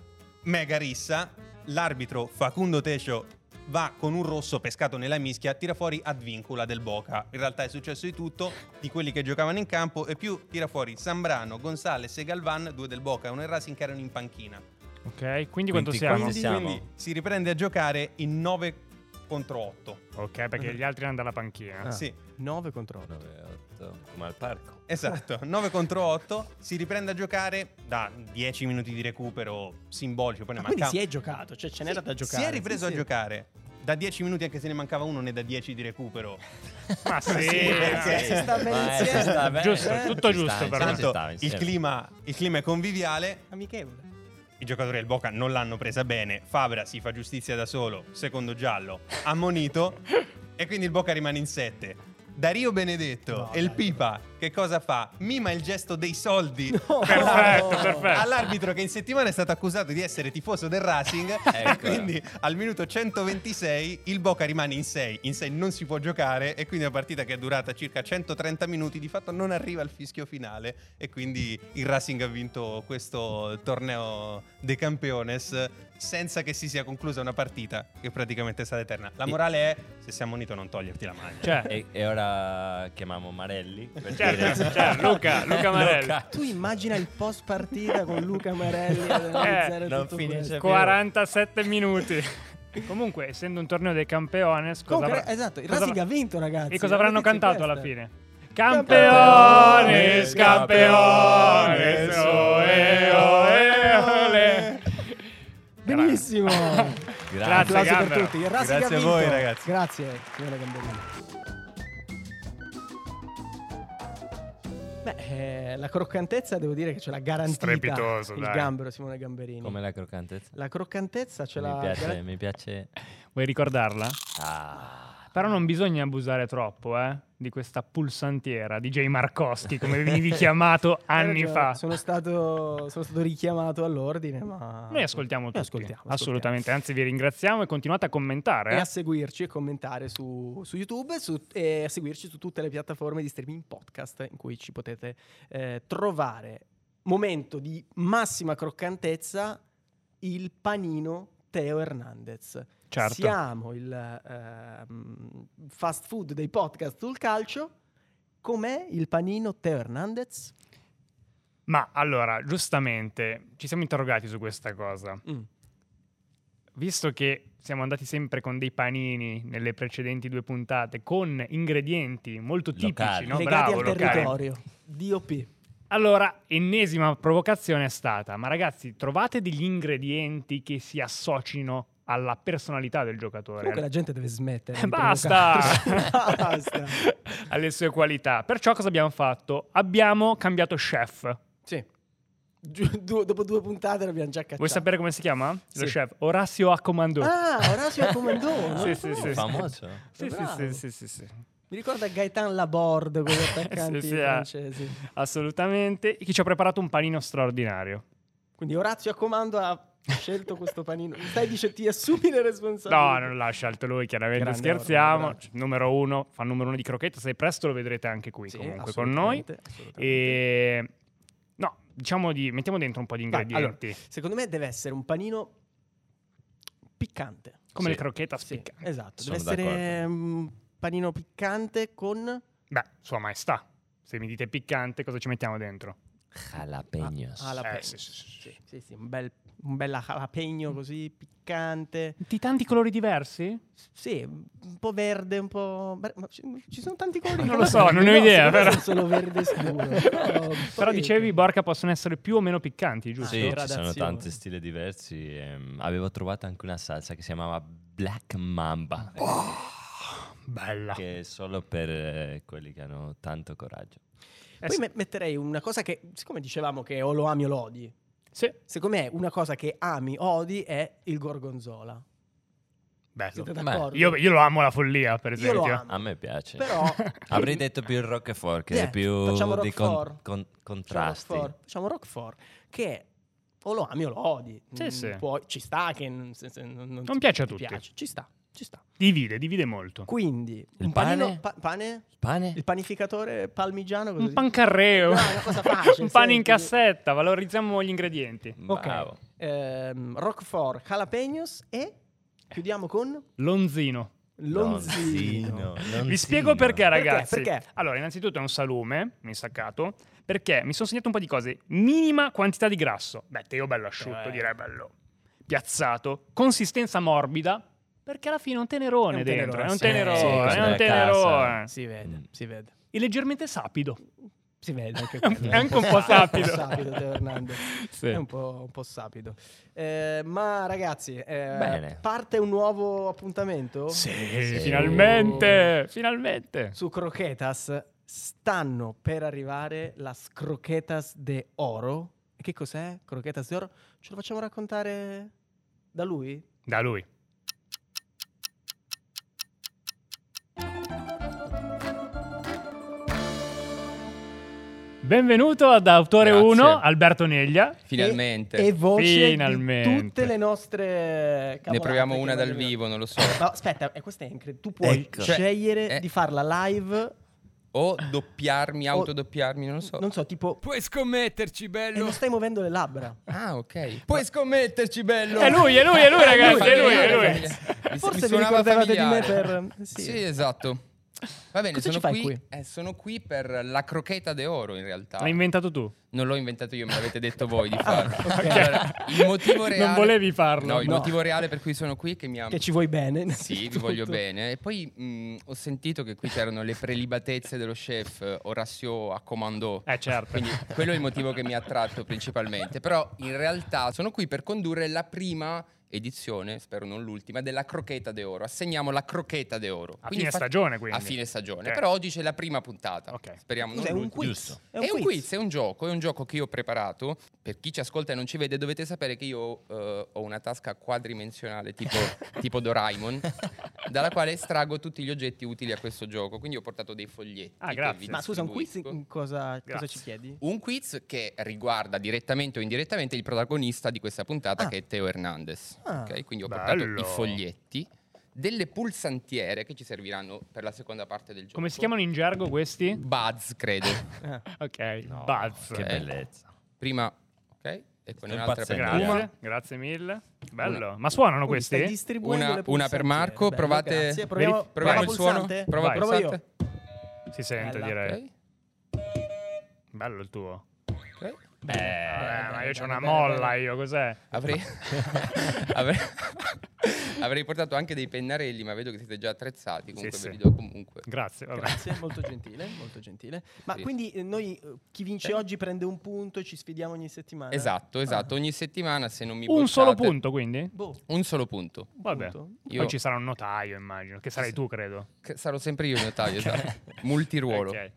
S6: Mega rissa, l'arbitro Facundo Tecio va con un rosso pescato nella mischia, tira fuori Advincula del Boca. In realtà è successo di tutto, di quelli che giocavano in campo e più tira fuori Sambrano, Gonzales e Galvan, due del Boca e uno del Racing che erano in panchina.
S3: Ok, quindi quanto
S1: Quindi
S3: siamo?
S1: quanti siamo?
S6: Quindi si riprende a giocare in 9 contro 8.
S3: Ok, perché gli altri andano alla panchina.
S2: Ah.
S6: Sì.
S2: 9 contro 8.
S1: 9, 8, come al parco.
S6: Esatto, 9 contro 8, si riprende a giocare da 10 minuti di recupero simbolico, poi ne
S2: Ma Ah, quindi
S6: manca
S2: si è giocato, cioè ce n'era
S6: Sì,
S2: da giocare.
S6: Si è ripreso
S2: Sì,
S6: a
S2: sì.
S6: giocare. Da 10 minuti, anche se ne mancava uno, ne da 10 di recupero.
S3: Ma sì,
S6: Sì,
S3: dai.
S6: sì, si sta bene
S1: Ma, eh,
S2: insieme.
S1: si sta bene.
S3: Giusto,
S1: Eh,
S3: tutto
S1: si
S3: giusto,
S1: sta
S3: però.
S1: insieme, si
S6: Tanto
S1: sta
S6: il
S1: insieme.
S6: clima, il clima è conviviale.
S2: Amichevole.
S6: I giocatori del Boca non l'hanno presa bene. Fabra si fa giustizia da solo. Secondo giallo, ammonito. e quindi il Boca rimane in 7. Dario Benedetto
S2: No,
S6: e il
S2: dai.
S6: Pipa, che cosa fa? Mima il gesto dei soldi.
S2: Oh,
S3: Perfetto, perfetto.
S6: All'arbitro che in settimana è stato accusato di essere tifoso del Racing e
S3: Ecco.
S1: Eccola.
S6: quindi al minuto 126 il Boca rimane in 6, in 6 non si può giocare e quindi la partita che è durata circa 130 minuti di fatto non arriva al fischio finale e quindi il Racing ha vinto questo torneo dei campiones senza che si sia conclusa una partita che praticamente è stata eterna. La morale è se siamo unito non toglierti la maglia.
S3: Cioè,
S1: E, e ora chiamiamo Marelli. Per
S3: Certo,
S1: dire-
S3: certo, Luca- Luca Marelli.
S2: Tu immagina il post partita con Luca Marelli ad
S3: Eh,
S2: analizzare
S1: non
S2: tutto
S1: finisce
S2: questo.
S1: più.
S3: 47 minuti. Comunque, essendo un torneo dei campeones, cosa
S2: Comunque,
S3: avrà-
S2: esatto, il
S3: cosa
S2: Racing
S3: avrà-
S2: ha vinto, ragazzi.
S3: E cosa avranno
S2: Ragazzi,
S3: cantato
S2: questa.
S3: alla fine? Campeones, campeones, oe, oe, ole.
S2: Benissimo.
S1: Grazie.
S2: Applausi per
S3: Gambero.
S2: tutti. Il Racing
S6: Grazie
S2: ha
S6: a
S2: vinto.
S6: voi, ragazzi.
S2: Grazie, signora Gamberini. Beh, eh, la croccantezza devo dire che ce l'ha garantita
S3: Strepitoso,
S2: il
S3: dai.
S2: gambero Simone Gamberini.
S1: Come la croccantezza.
S2: La croccantezza ce l'ha
S1: mi piace,
S2: garan-
S1: mi piace.
S3: Vuoi ricordarla?
S1: Ah.
S3: Però non bisogna abusare troppo, eh, di questa pulsantiera DJ Marcoschi, come venivi chiamato
S2: Hai
S3: anni
S2: ragione,
S3: fa.
S2: Sono stato, sono stato richiamato all'ordine, ma...
S3: Noi ascoltiamo tutti.
S2: ascoltiamo, ascoltiamo.
S3: Assolutamente, anzi vi ringraziamo e continuate a commentare.
S2: E
S3: eh.
S2: a seguirci e commentare su, su YouTube su- e a seguirci su tutte le piattaforme di streaming podcast in cui ci potete eh, trovare. Momento di massima croccantezza, il panino Teo Hernandez.
S3: Certo.
S2: Siamo il ehm, fast food dei podcast sul calcio. Com'è il panino Teo Hernandez?
S3: Ma allora, giustamente, ci siamo interrogati su questa cosa.
S2: Mm.
S3: visto che siamo andati sempre con dei panini nelle precedenti due puntate, con ingredienti molto tipici,
S1: Locali.
S3: no?
S2: legati
S3: Bravo,
S2: al
S3: locali.
S2: territorio. DOP.
S3: Allora, ennesima provocazione è stata, ma ragazzi, trovate degli ingredienti che si associno alla personalità del giocatore.
S2: Comunque la gente deve smettere.
S3: Eh,
S2: di
S3: Basta!
S2: provocarci. Basta.
S3: Alle sue qualità. Perciò cosa abbiamo fatto? Abbiamo cambiato chef.
S2: Sì. Giu- du- dopo due puntate l'abbiamo già cacciato.
S3: Vuoi sapere come si chiama?
S2: Sì.
S3: Lo chef? Orazio Accomandò.
S2: Ah, Orazio Comandone.
S3: Sì, sì, sì.
S1: Famoso.
S3: Sì, sì,
S2: bravo.
S3: sì, sì, sì, sì.
S2: Mi ricorda Gaetan Laborde, quegli attaccanti
S3: Sì, sì, eh.
S2: francesi.
S3: Assolutamente. E Chi ci ha preparato un panino straordinario.
S2: Quindi Orazio a comando ha scelto questo panino. Stai dice ti assumi le
S3: No,
S2: responsabilità.
S3: non l'ha scelto lui, chiaramente
S2: Grande
S3: scherziamo.
S2: Orlando,
S3: numero uno, fa numero uno di crocchetta. Se presto lo vedrete anche qui
S2: Sì,
S3: comunque con noi.
S2: assolutamente, assolutamente.
S3: E... No, diciamo di... Mettiamo dentro un po' di
S2: Dai,
S3: ingredienti.
S2: allora, secondo me deve essere un panino piccante.
S3: Come
S1: Sì.
S3: le crocchette
S2: Sì,
S3: spiccate.
S2: esatto,
S1: Sono
S2: deve essere un panino piccante con
S3: Beh, sua maestà. Se mi dite piccante, cosa ci mettiamo dentro?
S1: Jalapeños.
S2: Ah, jalapeno.
S3: Eh, sì, sì, sì, sì.
S2: Sì, sì, un bel un bel jalapeno
S3: Mm.
S2: così piccante.
S3: Di tanti colori diversi?
S2: Sì, un po' verde, un po'. beh, ma ci, ci sono tanti colori.
S3: Non
S2: che
S3: lo so,
S2: vedo.
S3: non ho
S2: No,
S3: idea,
S2: secondo me
S3: però.
S2: sono solo verde scuro. però, un po'
S3: Però dicevi, eh,
S2: verde.
S3: Borca, possono essere più o meno piccanti, giusto?
S1: Sì, ci sono
S2: gradazione.
S1: tanti stili diversi. ehm, avevo trovato anche una salsa che si chiamava Black Mamba,
S2: Ah.
S3: Bella.
S1: che è solo per eh, quelli che hanno tanto coraggio.
S3: Eh,
S2: Poi
S3: sì.
S2: me- metterei una cosa che, siccome dicevamo che o lo ami o lo odi,
S3: Sì,
S2: secondo me una cosa che ami o odi è il gorgonzola. Siete
S3: bello.
S2: d'accordo?
S3: Io, io lo amo la follia, per
S2: Io
S3: esempio.
S2: lo amo.
S1: A me piace.
S2: Però
S1: Avrei detto più il Roquefort, che
S2: Eh,
S1: è più
S2: facciamo
S1: di
S2: Roquefort.
S1: con, con-
S2: facciamo
S1: contrasti.
S2: Roquefort, facciamo Roquefort, che o lo ami o lo odi.
S3: Sì,
S2: Mm,
S3: sì.
S2: puoi- ci sta che n- se- se- non,
S3: Non
S2: ti-
S3: piace a
S2: ti
S3: tutti.
S2: piace, Ci sta, ci sta.
S3: Divide, divide molto.
S2: Quindi,
S1: Il
S2: un panino,
S1: pane?
S2: pa- pane? Eh.
S1: Pane?
S2: Il panificatore palmigiano? Così.
S3: Un pancarreo.
S2: No, è una cosa facile,
S3: un pane
S2: semplice.
S3: in cassetta, valorizziamo gli ingredienti.
S1: Bravo.
S2: Ok. Ehm, Roquefort, jalapenos e chiudiamo con
S3: Lonzino.
S2: lonzino.
S1: Lonzino,
S3: Vi spiego perché, ragazzi.
S2: Perché?
S3: Allora, innanzitutto è un salume, mi saccato, perché mi sono segnato un po' di cose. Minima quantità di grasso. Beh, Teo bello asciutto,
S2: Eh.
S3: direi bello piazzato. Consistenza morbida, perché alla fine è un tenerone
S2: È un tenerone, sì. Eh,
S3: dentro. È un
S2: sì,
S3: tenerone,
S2: sì,
S3: è un
S1: da casa.
S3: tenerone.
S2: Ah, Si vede,
S1: Mm.
S2: si vede.
S3: E leggermente sapido.
S2: Si vede anche
S3: È
S2: quello.
S3: anche un po' sapido.
S2: È un po' sapido, Teo Hernandez.
S3: Sì.
S2: È un po', un po' sapido. Eh, ma ragazzi, eh,
S1: Bene.
S2: parte un nuovo appuntamento
S3: Sì, finalmente, finalmente.
S2: su Croquetas. Stanno per arrivare las Croquetas de Oro. E che cos'è Croquetas de Oro? Ce lo facciamo raccontare da lui?
S3: Da lui. Benvenuto ad Autore
S5: Grazie.
S3: 1, Alberto Neglia.
S5: Finalmente.
S2: E, e voce di
S3: Finalmente.
S2: tutte le nostre cavolate
S5: ne proviamo
S2: che
S5: una dal
S2: vogliono-
S5: vivo, non lo so.
S2: No, aspetta, eh, questa è incredibile. Tu puoi
S1: Ecco.
S2: scegliere
S5: Cioè, eh.
S2: di farla live,
S5: O doppiarmi,
S2: O-
S5: autodoppiarmi, non lo so.
S2: non so, tipo...
S5: Puoi scommetterci,
S2: E non
S5: bello.
S2: stai muovendo le labbra.
S5: Ah, ok. Puoi scommetterci, bello.
S3: È lui, è lui, è lui, ragazzi, è lui, è
S5: Familiare,
S3: lui.
S5: familiare. Mi-
S2: Forse
S5: mi
S2: vi
S5: suonava
S2: ricordavate di me
S5: familiare.
S2: per- sì.
S5: Sì, esatto. Va bene,
S2: Cosa ci
S5: sono
S2: fai
S5: qui,
S2: qui?
S5: eh, sono qui per la crocheta d'oro in realtà.
S3: L'hai inventato tu.
S5: Non l'ho inventato io, me l'avete detto voi di farlo.
S2: ok.
S5: Allora, il motivo
S3: Ah, Non
S5: reale...
S3: volevi farlo.
S5: No, il
S2: No.
S5: motivo reale per cui sono qui è che mi ha...
S2: Che ci vuoi bene.
S5: Sì, vi
S2: innanzitutto.
S5: voglio bene. E poi mh, ho sentito che qui c'erano le prelibatezze dello chef eh, Orazio a comando.
S3: Eh, certo.
S5: Quindi quello è il motivo che mi ha attratto principalmente. Però in realtà sono qui per condurre la prima edizione, spero non l'ultima, della Crocheta d'Oro. Assegniamo la Crocheta d'Oro.
S3: A fine stagione, quindi.
S5: A fine stagione.
S3: Ok.
S5: Però oggi c'è la prima puntata.
S3: Ok.
S5: Speriamo non
S2: Cos'è, un
S5: l'ultima.
S2: quiz.
S5: È un, quiz. è un gioco, è un gioco che io ho preparato. Per chi ci ascolta e non ci vede, dovete sapere che io eh, ho una tasca quadrimensionale tipo, tipo Doraemon, dalla quale estraggo tutti gli oggetti utili a questo gioco. Quindi ho portato dei foglietti.
S3: Ah,
S5: che
S3: grazie.
S5: vi
S2: Ma scusa, un quiz
S5: distribuisco.
S2: in cosa, cosa
S3: Grazie.
S2: ci chiedi?
S5: Un quiz che riguarda direttamente o indirettamente il protagonista di questa puntata,
S2: Ah.
S5: che è Teo Hernandez.
S2: Ah.
S5: Ok, Quindi ho
S3: Bello.
S5: portato i foglietti, delle pulsantiere che ci serviranno per la seconda parte del gioco.
S3: Come si chiamano in gergo questi?
S5: Buzz, credo.
S2: Ah,
S3: Ok,
S1: No,
S3: Buzz.
S1: Che bellezza.
S5: Prima, ok? E poi
S1: Sto
S5: un'altra per
S1: impazzendo.
S5: Puma.
S3: Grazie, grazie mille. Bello. Ma suonano
S2: quindi stai
S3: questi?
S2: distribuendo
S5: Una,
S2: le
S5: una per
S2: pulsantiere.
S5: Marco,
S2: Bello,
S5: provate,
S2: grazie. Proviamo,
S3: Vedi-
S5: proviamo
S2: prova
S5: il suono.
S2: pulsante?
S5: Prova
S3: Vai.
S5: il
S2: Provo io.
S5: pulsante.
S3: Si sente,
S2: Bella.
S3: direi.
S5: Ok,
S3: Bello il tuo.
S5: ok.
S3: Beh, ma io
S5: bene,
S3: c'ho una
S5: bene,
S3: molla,
S5: bene.
S3: io, cos'è?
S5: Avrei... avrei... Avrei portato anche dei pennarelli, ma vedo che siete già attrezzati. Comunque
S3: sì.
S5: ve li do comunque.
S3: Grazie, vabbè.
S2: Grazie, molto gentile, molto gentile. Ma
S5: Sì.
S2: quindi eh, noi eh, chi vince oggi prende un punto e ci sfidiamo ogni settimana.
S5: Esatto, esatto. Ogni settimana se non mi
S3: Un solo
S5: bocciate-
S3: punto, quindi?
S2: Boh,
S5: Un solo punto.
S3: Vabbè.
S2: punto.
S5: Io
S3: Poi ci sarà un notaio, immagino, che sarai tu, credo.
S5: che sarò sempre io il notaio, esatto. Multiruolo.
S3: Ok.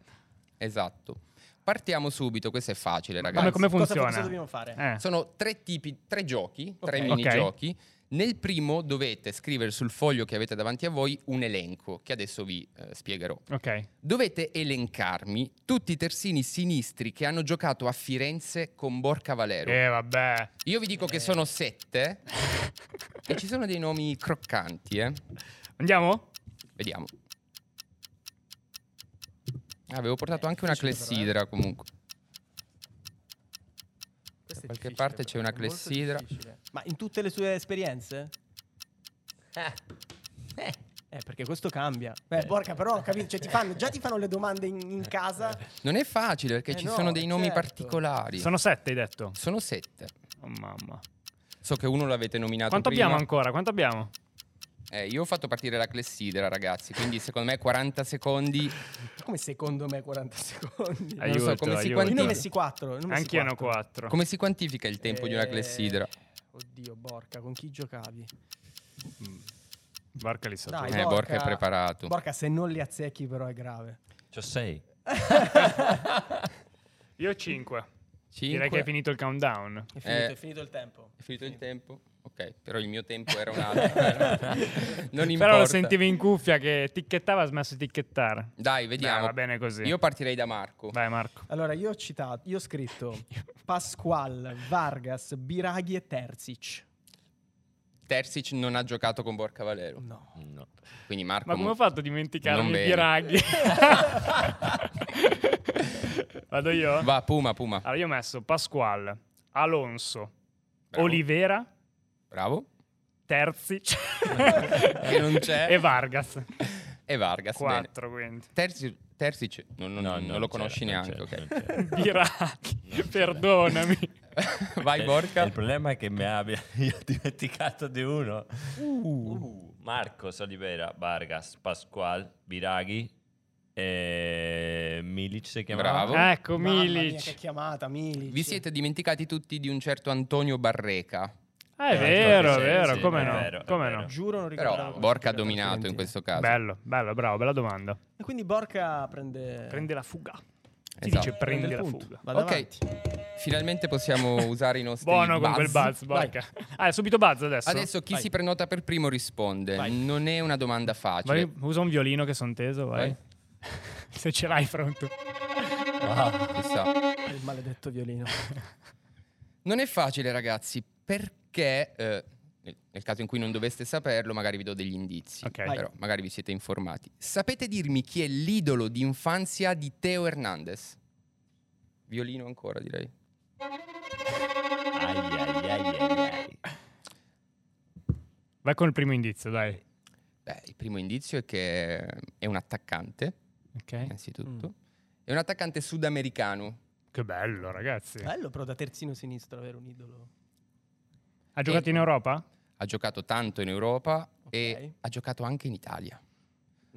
S5: Esatto. Partiamo subito, questo è facile,
S3: Come,
S5: ragazzi.
S3: come
S2: Cosa-
S3: funziona?
S2: cosa dobbiamo fare?
S3: Eh.
S5: Sono tre tipi, tre giochi, tre
S2: Ok.
S5: minigiochi. Nel primo dovete scrivere sul foglio che avete davanti a voi un elenco, che adesso vi eh, spiegherò.
S3: Ok.
S5: Dovete elencarmi tutti i terzini sinistri che hanno giocato a Firenze con Borca Valero.
S3: Eh, vabbè.
S5: Io vi dico che sono sette e ci sono dei nomi croccanti, eh.
S3: Andiamo?
S5: Vediamo. Ah, Avevo portato anche una
S2: difficile però, eh.
S5: clessidra comunque.
S2: Questo è
S5: Da qualche
S2: difficile,
S5: parte c'è
S2: però,
S5: una
S2: è molto
S5: clessidra.
S2: difficile. Ma in tutte le sue esperienze? Eh, perché questo cambia. Beh, porca, però, ho capito. Cioè, ti fanno, già ti fanno le domande in, in casa.
S5: Non è facile perché
S2: Eh
S5: ci
S2: no,
S5: sono dei nomi
S2: certo.
S5: particolari. Sono...
S3: Sono sette, hai detto.
S5: sette.
S3: Oh, mamma.
S5: So che uno l'avete nominato
S3: Quanto
S5: prima.
S3: abbiamo ancora? Quanto abbiamo?
S5: Eh, io ho fatto partire la clessidra, ragazzi, quindi secondo me 40 secondi.
S2: Come secondo me 40 secondi?
S5: Aiuto,
S2: Non so,
S5: come si
S3: aiuto.
S5: quanti-
S2: Io ne ho messi 4.
S3: Anch'io ne ho quattro.
S5: Come si quantifica il tempo di una
S3: Eh,
S5: clessidra?
S2: Eh, Oddio, Borca, con chi giocavi?
S3: Barca lì sotto.
S5: Eh, Borca è preparato.
S2: Borca, se non li azzecchi, però è grave.
S1: Io Cioè, sei.
S3: Io 5.
S5: Cinque.
S3: Direi che è finito il countdown.
S2: È finito,
S5: Eh.
S2: è finito il tempo.
S5: È finito il tempo? Ok, però il mio tempo era un altro. non importa.
S3: Però lo sentivi in cuffia che ticchettava, ha smesso di ticchettare.
S5: Dai, vediamo.
S3: Dai, va bene così.
S5: Io partirei da Marco.
S3: Vai Marco.
S2: Allora, io ho citato, io ho scritto Pasqual, Vargas, Biraghi e Terzic.
S5: Terzic non ha giocato con Borca Valero.
S2: No.
S1: No.
S5: Quindi Marco.
S3: Ma come ho
S5: mo-
S3: fatto a dimenticarmi
S5: non
S3: i
S5: bene.
S3: Biraghi? Vado io?
S5: Va, Puma, Puma.
S3: Allora, io ho messo Pasquale, Alonso,
S5: Bravo.
S3: Olivera,
S5: Bravo.
S3: Terzic
S5: Che non c'è.
S3: e Vargas.
S5: E Vargas. bene.
S3: 4 quindi.
S5: Terzi- Terzic non, non-
S1: No,
S5: non
S1: non c'era,
S5: lo conosci
S1: non
S5: neanche.
S1: c'era,
S5: ok.
S1: non c'era.
S3: Biraghi,
S1: c'era.
S3: perdonami.
S5: Vai,
S1: Eh,
S5: Borca.
S1: Il problema è che mi abbia io ho dimenticato di uno. Uh, Marcos Olivera, Vargas, Pasqual, Biraghi e Milic si chiamava.
S5: Bravo.
S3: ecco,
S2: Mamma mia,
S3: Milic.
S2: che chiamata, Milic.
S5: Vi siete dimenticati tutti di un certo Antonio Barreca.
S3: Ah, è
S1: Eh,
S3: vero,
S1: sì,
S3: è vero,
S1: sì,
S3: come
S1: è
S3: no?
S1: vero, è
S3: come
S1: vero.
S3: no?
S2: Giuro, non ricordavo.
S5: Però
S2: come
S5: Borca ha
S2: giocava
S5: dominato in
S2: Fiorentina.
S5: questo caso.
S3: Bello, bello, bravo, bella domanda.
S2: E quindi Borca prende...
S3: Prende la fuga. Si
S5: Esatto.
S3: dice prende
S2: il
S3: la
S2: punto.
S3: fuga.
S2: Vado
S5: Ok.
S2: avanti.
S5: Finalmente possiamo usare i nostri
S3: Buono con
S5: buzz.
S3: quel buzz,
S2: Vai.
S3: Borca. Ah, è subito buzz adesso.
S5: Adesso chi
S2: Vai.
S5: si prenota per primo risponde.
S2: Vai.
S5: Non è una domanda facile.
S3: Vai, usa un violino che son teso, vai.
S5: Vai.
S3: Se ce l'hai pronto.
S5: Chissà.
S2: Il maledetto violino.
S5: Non è facile, ragazzi, perché eh, nel- nel caso in cui non doveste saperlo, magari vi do degli indizi.
S3: Ok.
S2: Vai.
S5: Però magari vi siete informati. Sapete dirmi chi è l'idolo di infanzia di Teo Hernandez? Violino ancora, direi.
S1: Ai, ai, ai, ai, ai.
S3: Vai con il primo indizio, dai.
S5: Beh, il primo indizio è che è un attaccante,
S2: Eh?
S3: Ok.
S5: innanzitutto.
S2: Mm.
S5: È un attaccante sudamericano.
S3: Che bello, ragazzi.
S2: Bello però da terzino sinistro avere un idolo. eh,
S3: Ha giocato in Europa?
S5: Ha giocato tanto in Europa
S2: Ok.
S5: e ha giocato anche in Italia.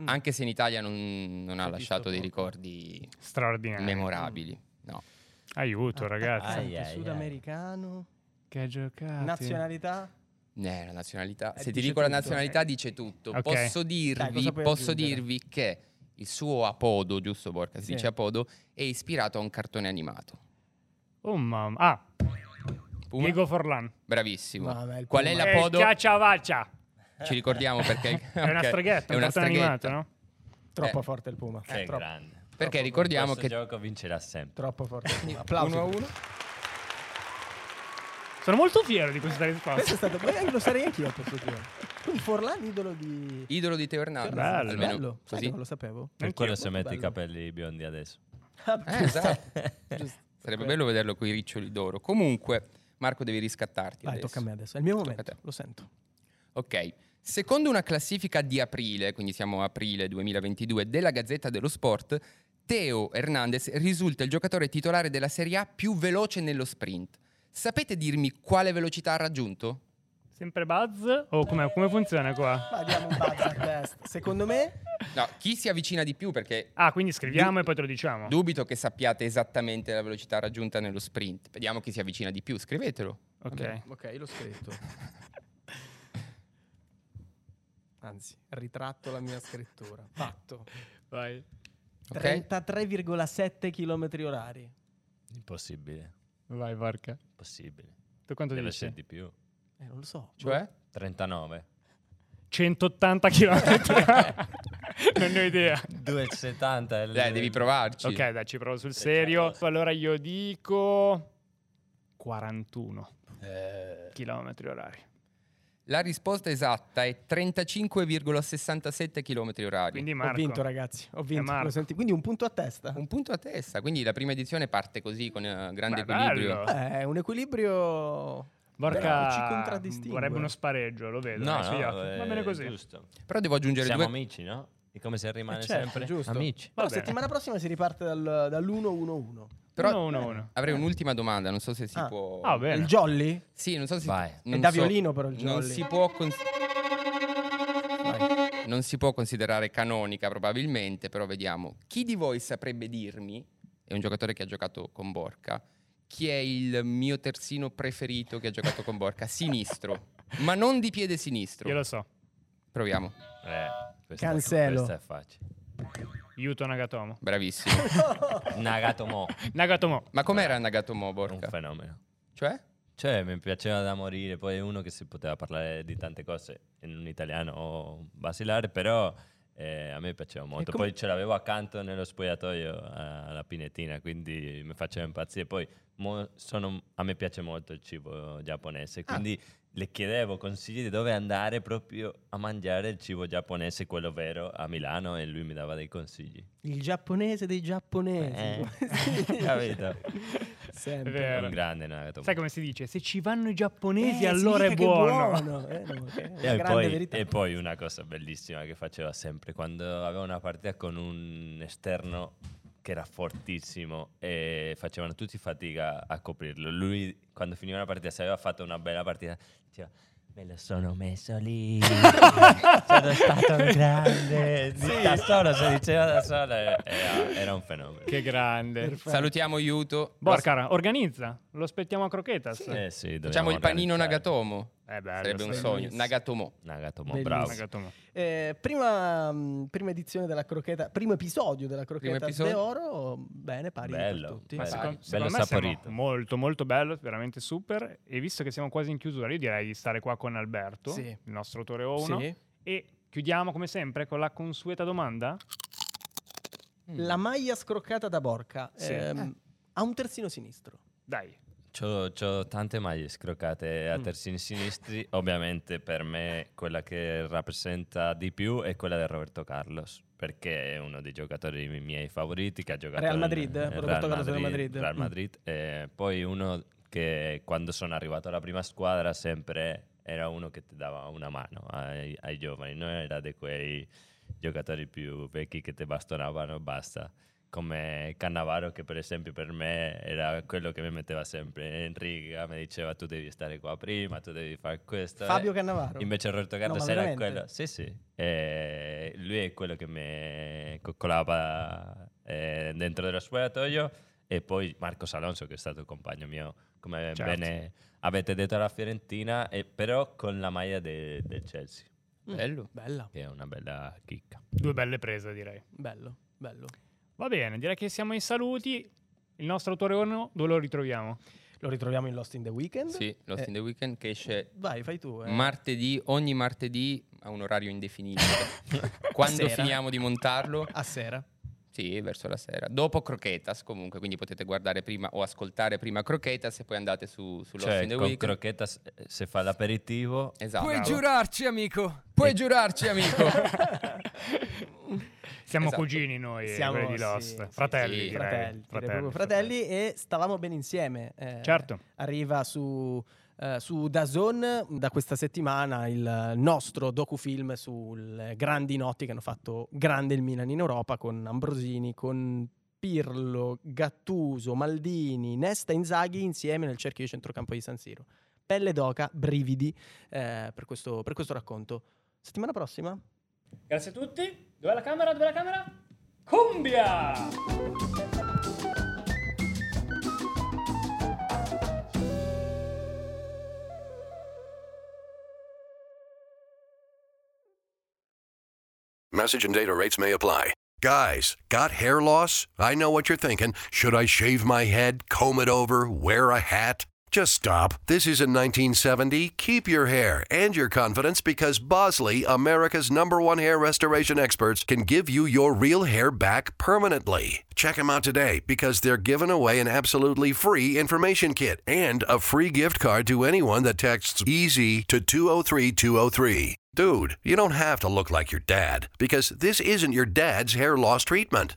S2: Mm.
S5: Anche se in Italia non, non
S2: Si
S5: ha
S2: è
S5: lasciato
S2: visto
S5: dei
S2: poco. Eh.
S5: ricordi
S3: Straordinario.
S5: memorabili. No.
S2: Ah,
S3: Aiuto, ragazzi.
S1: Ai, ai, ai.
S2: sudamericano,
S3: Che ha giocato.
S2: nazionalità.
S5: Eh, la nazionalità.
S2: Eh,
S5: Se ti
S2: dice
S5: dico la
S2: tutto,
S5: nazionalità dice tutto.
S3: Ok.
S5: Posso
S2: Dai,
S5: dirvi,
S2: cosa puoi
S5: posso
S2: aggiungere?
S5: dirvi che il suo apodo, giusto Borca, si
S2: Sì.
S5: dice apodo, è ispirato a un cartone animato.
S3: Oh mamma. Ah,
S5: Puma?
S3: Diego Forlan.
S5: Bravissimo.
S2: Vabbè, il
S5: Qual
S2: Puma.
S5: è
S2: La
S3: Eh,
S5: l'apodo?
S3: Cacciavaccia.
S5: Ci ricordiamo perché
S3: È una
S5: ok,
S3: streghetta, un
S5: è una
S3: cartone animato,
S5: streghetta.
S3: no?
S2: Troppo
S5: Eh.
S2: forte il Puma.
S1: Che
S2: troppo,
S1: grande.
S5: Perché
S2: Troppo
S5: ricordiamo
S1: Questo
S5: che
S1: gioco vincerà sempre.
S2: troppo forte il Puma. Applausi.
S5: 1 a 1
S3: Sono molto fiero di questa risposta.
S2: Questo è stato beh, lo sarei anch'io per futuro. Quindi Forlan idolo di
S5: idolo di Teo Hernandez.
S3: Bello.
S5: Almeno
S2: bello. Sai che
S5: Ah, così.
S2: non lo sapevo.
S1: Per
S3: Anch'io,
S1: quello se
S2: molto
S1: metti i
S2: bello. Ah,
S1: capelli biondi adesso.
S5: Eh, esatto.
S2: Giusto.
S5: Sarebbe
S2: Ok.
S5: bello vederlo con i riccioli d'oro. Comunque, Marco, devi riscattarti.
S2: Dai,
S5: adesso.
S2: tocca a me adesso. È il mio
S5: Tocca a
S2: momento.
S5: te.
S2: Lo sento.
S5: Ok. Secondo una classifica di aprile, quindi siamo a aprile 2022, della Gazzetta dello Sport, Teo Hernandez risulta il giocatore titolare della Serie A più veloce nello sprint. Sapete dirmi quale velocità ha raggiunto?
S3: Sempre Buzz? O come, come funziona qua?
S2: Ma diamo un buzzer test. Secondo me,
S5: No, chi si avvicina di più perché
S3: Ah, quindi scriviamo e poi te lo diciamo.
S5: dubito che sappiate esattamente la velocità raggiunta nello sprint. Vediamo chi si avvicina di più, scrivetelo.
S3: ok.
S2: ok, l'ho scritto. Anzi, ritratto la mia scrittura. Fatto.
S3: Vai.
S5: Ok?
S2: 33,7 km orari.
S1: Impossibile.
S3: Vai, porca.
S1: Impossibile.
S3: Tu quanto
S1: Deve
S3: dici?
S1: essere di più.
S2: Eh, non lo so.
S5: Cioè?
S1: 39.
S3: 180 km. non ne ho idea.
S1: 270 è il-
S5: Dai, devi provarci.
S3: Eh, Ok, dai, ci provo
S1: Eh,
S3: sul serio.
S1: certo.
S3: Allora io dico 41
S1: eh,
S3: km orari.
S5: La risposta esatta è 35,67 km orari.
S3: Quindi
S2: Ho
S3: Marco.
S2: vinto, ragazzi. Ho vinto.
S3: Marco.
S2: Lo senti? Quindi un punto a testa.
S5: Un punto a testa, quindi la prima edizione parte così con eh, grande
S3: Beh,
S5: equilibrio.
S3: bello.
S2: Eh, È un equilibrio.
S3: Borca
S2: Bravo, ci contraddistingue.
S3: vorrebbe uno spareggio, lo vedo.
S1: No,
S3: dai, sugli occhi.
S1: no, eh,
S3: Va bene così.
S1: Giusto.
S5: Però devo aggiungere
S1: Siamo
S5: due
S1: amici, no? E come se rimane
S2: Eh, certo,
S1: sempre?
S2: giusto.
S1: Amici.
S2: Però
S3: bene.
S2: settimana prossima si riparte dal, dall'1-1-1.
S5: però-
S3: 1-1-1.
S5: Avrei un'ultima domanda, non so se si
S2: Ah.
S5: può
S3: Eh. Ah, bene.
S2: Il jolly?
S5: Sì, non so se
S1: Vai.
S5: non
S2: È da
S5: so-
S2: violino però il
S5: non
S2: jolly.
S5: si può cons- non si può considerare canonica probabilmente, però vediamo. Chi di voi saprebbe dirmi, è un giocatore che ha giocato con Borca, chi è il mio terzino preferito che ha giocato con Borca? Sinistro, ma non di piede sinistro.
S3: Io lo so.
S5: Proviamo.
S1: Eh, questa,
S2: Cancelo.
S1: Questa è facile.
S3: Yuto Nagatomo.
S5: Bravissimo.
S1: Nagatomo,
S3: Nagatomo.
S5: Ma com'era Nagatomo
S1: un
S5: Borca?
S1: fenomeno.
S5: Cioè?
S1: Cioè, mi piaceva da morire. Poi è uno che si poteva parlare di tante cose in un italiano basilare, però eh, a me piaceva molto.
S2: come-
S1: Poi ce l'avevo accanto nello spogliatoio eh, alla pinettina, quindi mi faceva impazzire. Poi mo- sono- a me piace molto il cibo giapponese, quindi le chiedevo consigli di dove andare proprio a mangiare il cibo giapponese, quello vero, a Milano, e lui mi dava dei consigli.
S2: Il giapponese dei giapponesi.
S1: Eh,
S2: Sì.
S1: capito?
S3: È
S2: Sempre.
S1: Un
S3: vero.
S1: grande Nagatomo.
S3: Sai come si dice? Se ci vanno i giapponesi
S2: Eh,
S3: allora è
S2: significa che
S3: buono.
S2: Eh, no, che è una
S1: E
S2: grande
S1: poi,
S2: verità.
S1: e poi una cosa bellissima che faceva sempre quando aveva una partita con un esterno che era fortissimo e facevano tutti fatica a coprirlo. Lui, quando finiva una partita, se aveva fatto una bella partita, diceva. Me lo sono messo lì, sono stato un grande. Da solo, se diceva da solo, era, era un fenomeno.
S3: Che grande.
S2: Perfetto.
S5: Salutiamo Yuto.
S3: Borca, organizza. Lo aspettiamo a Croquetas.
S1: Eh sì,
S5: Facciamo
S1: dobbiamo
S5: il panino
S1: organizzare.
S5: Nagatomo.
S3: È bello.
S5: Sarebbe un
S3: sai.
S5: sogno. Nagatomo.
S1: Nagatomo,
S2: Bellissimo.
S1: bravo.
S3: Nagatomo.
S2: Eh, prima, mh, prima edizione della crocheta, primo episodio della crocheta
S5: episodio.
S2: de oro, bene, pari
S1: Bello.
S2: per tutti.
S1: Ma
S5: Sai.
S1: secondo,
S5: Bello
S1: bello
S3: me siamo
S1: saporito.
S3: Molto, molto bello, veramente super. E visto che siamo quasi in chiusura, io direi di stare qua con Alberto,
S2: Sì.
S3: il nostro autore 1.
S2: Sì.
S3: E chiudiamo come sempre con la consueta domanda.
S2: La maglia scroccata da Borca
S3: Sì.
S2: ehm, ha un terzino sinistro.
S3: Dai,
S1: C'ho, c'ho tante maglie scroccate a
S3: Mm.
S1: terzini sinistri. Ovviamente per me quella che rappresenta di più è quella di Roberto Carlos, perché è uno dei giocatori mi- miei favoriti che ha giocato
S2: Real
S1: in-
S2: Madrid, eh?
S1: in
S2: Roberto
S1: Real
S2: Carlos del
S1: Madrid,
S2: Madrid.
S1: Real
S2: Mm.
S1: Madrid. E poi uno che quando sono arrivato alla prima squadra sempre era uno che ti dava una mano ai, ai giovani, non era di quei giocatori più vecchi che ti bastonavano e basta come Cannavaro che per esempio per me era quello che mi metteva sempre in riga, mi diceva tu devi stare qua prima, tu devi fare questo.
S2: Fabio
S1: eh.
S2: Cannavaro.
S1: Invece Roberto
S2: No,
S1: Carlos
S2: ma
S1: era
S2: veramente?
S1: quello. Sì, sì. Eh, lui è quello che mi coccolava eh, dentro dello spogliatoio e poi Marcos Alonso che è stato compagno mio, come
S3: Certo.
S1: bene avete detto alla Fiorentina, e però con la maglia de- del Chelsea,
S2: Mm.
S5: Bello.
S2: Bella,
S1: che è una bella chicca.
S3: due belle prese direi.
S2: bello, bello.
S3: Va bene, direi che siamo ai saluti. Il nostro autore 1 dove lo ritroviamo?
S2: Lo ritroviamo in Lost in the Weekend.
S5: Sì, Lost
S2: Eh,
S5: in the Weekend che esce
S2: Vai, fai tu. eh.
S5: martedì, ogni martedì a un orario indefinito. Quando
S2: Sera.
S5: finiamo di montarlo?
S2: A sera.
S5: Sì, verso la sera. Dopo Croquetas comunque, quindi potete guardare prima o ascoltare prima Croquetas e poi andate su, su Lost
S1: Cioè,
S5: in the
S1: con
S5: Weekend.
S1: Crochetta s- eh, se fa l'aperitivo
S5: esatto.
S7: Puoi
S5: Bravo.
S7: giurarci, amico.
S5: Puoi giurarci, amico.
S3: Siamo
S5: Esatto.
S3: cugini noi, eh,
S2: Siamo-
S3: quelli di
S2: sì,
S3: Lost.
S2: sì,
S3: fratelli,
S5: sì.
S3: direi.
S2: fratelli, direi proprio fratelli, e stavamo bene insieme. eh.
S3: Certo.
S2: Arriva su, eh, su Dazon da questa settimana il nostro docufilm sulle grandi notti che hanno fatto grande il Milan in Europa con Ambrosini, con Pirlo, Gattuso, Maldini, Nesta, Inzaghi insieme nel cerchio di centrocampo di San Siro. pelle d'oca, brividi eh, per, questo, per questo racconto. Settimana prossima?
S7: Grazie a tutti. Dov'è la camera? Dov'è la camera? Cumbia!
S8: Message and data rates may apply. Guys, got hair loss? I know what you're thinking. Should I shave my head, comb it over, wear a hat? Just stop. This isn't 1970. Keep your hair and your confidence because Bosley, America's number one hair restoration experts, can give you your real hair back permanently. Check them out today because they're giving away an absolutely free information kit and a free gift card to anyone that texts EASY to 203203. Dude, you don't have to look like your dad because this isn't your dad's hair loss treatment.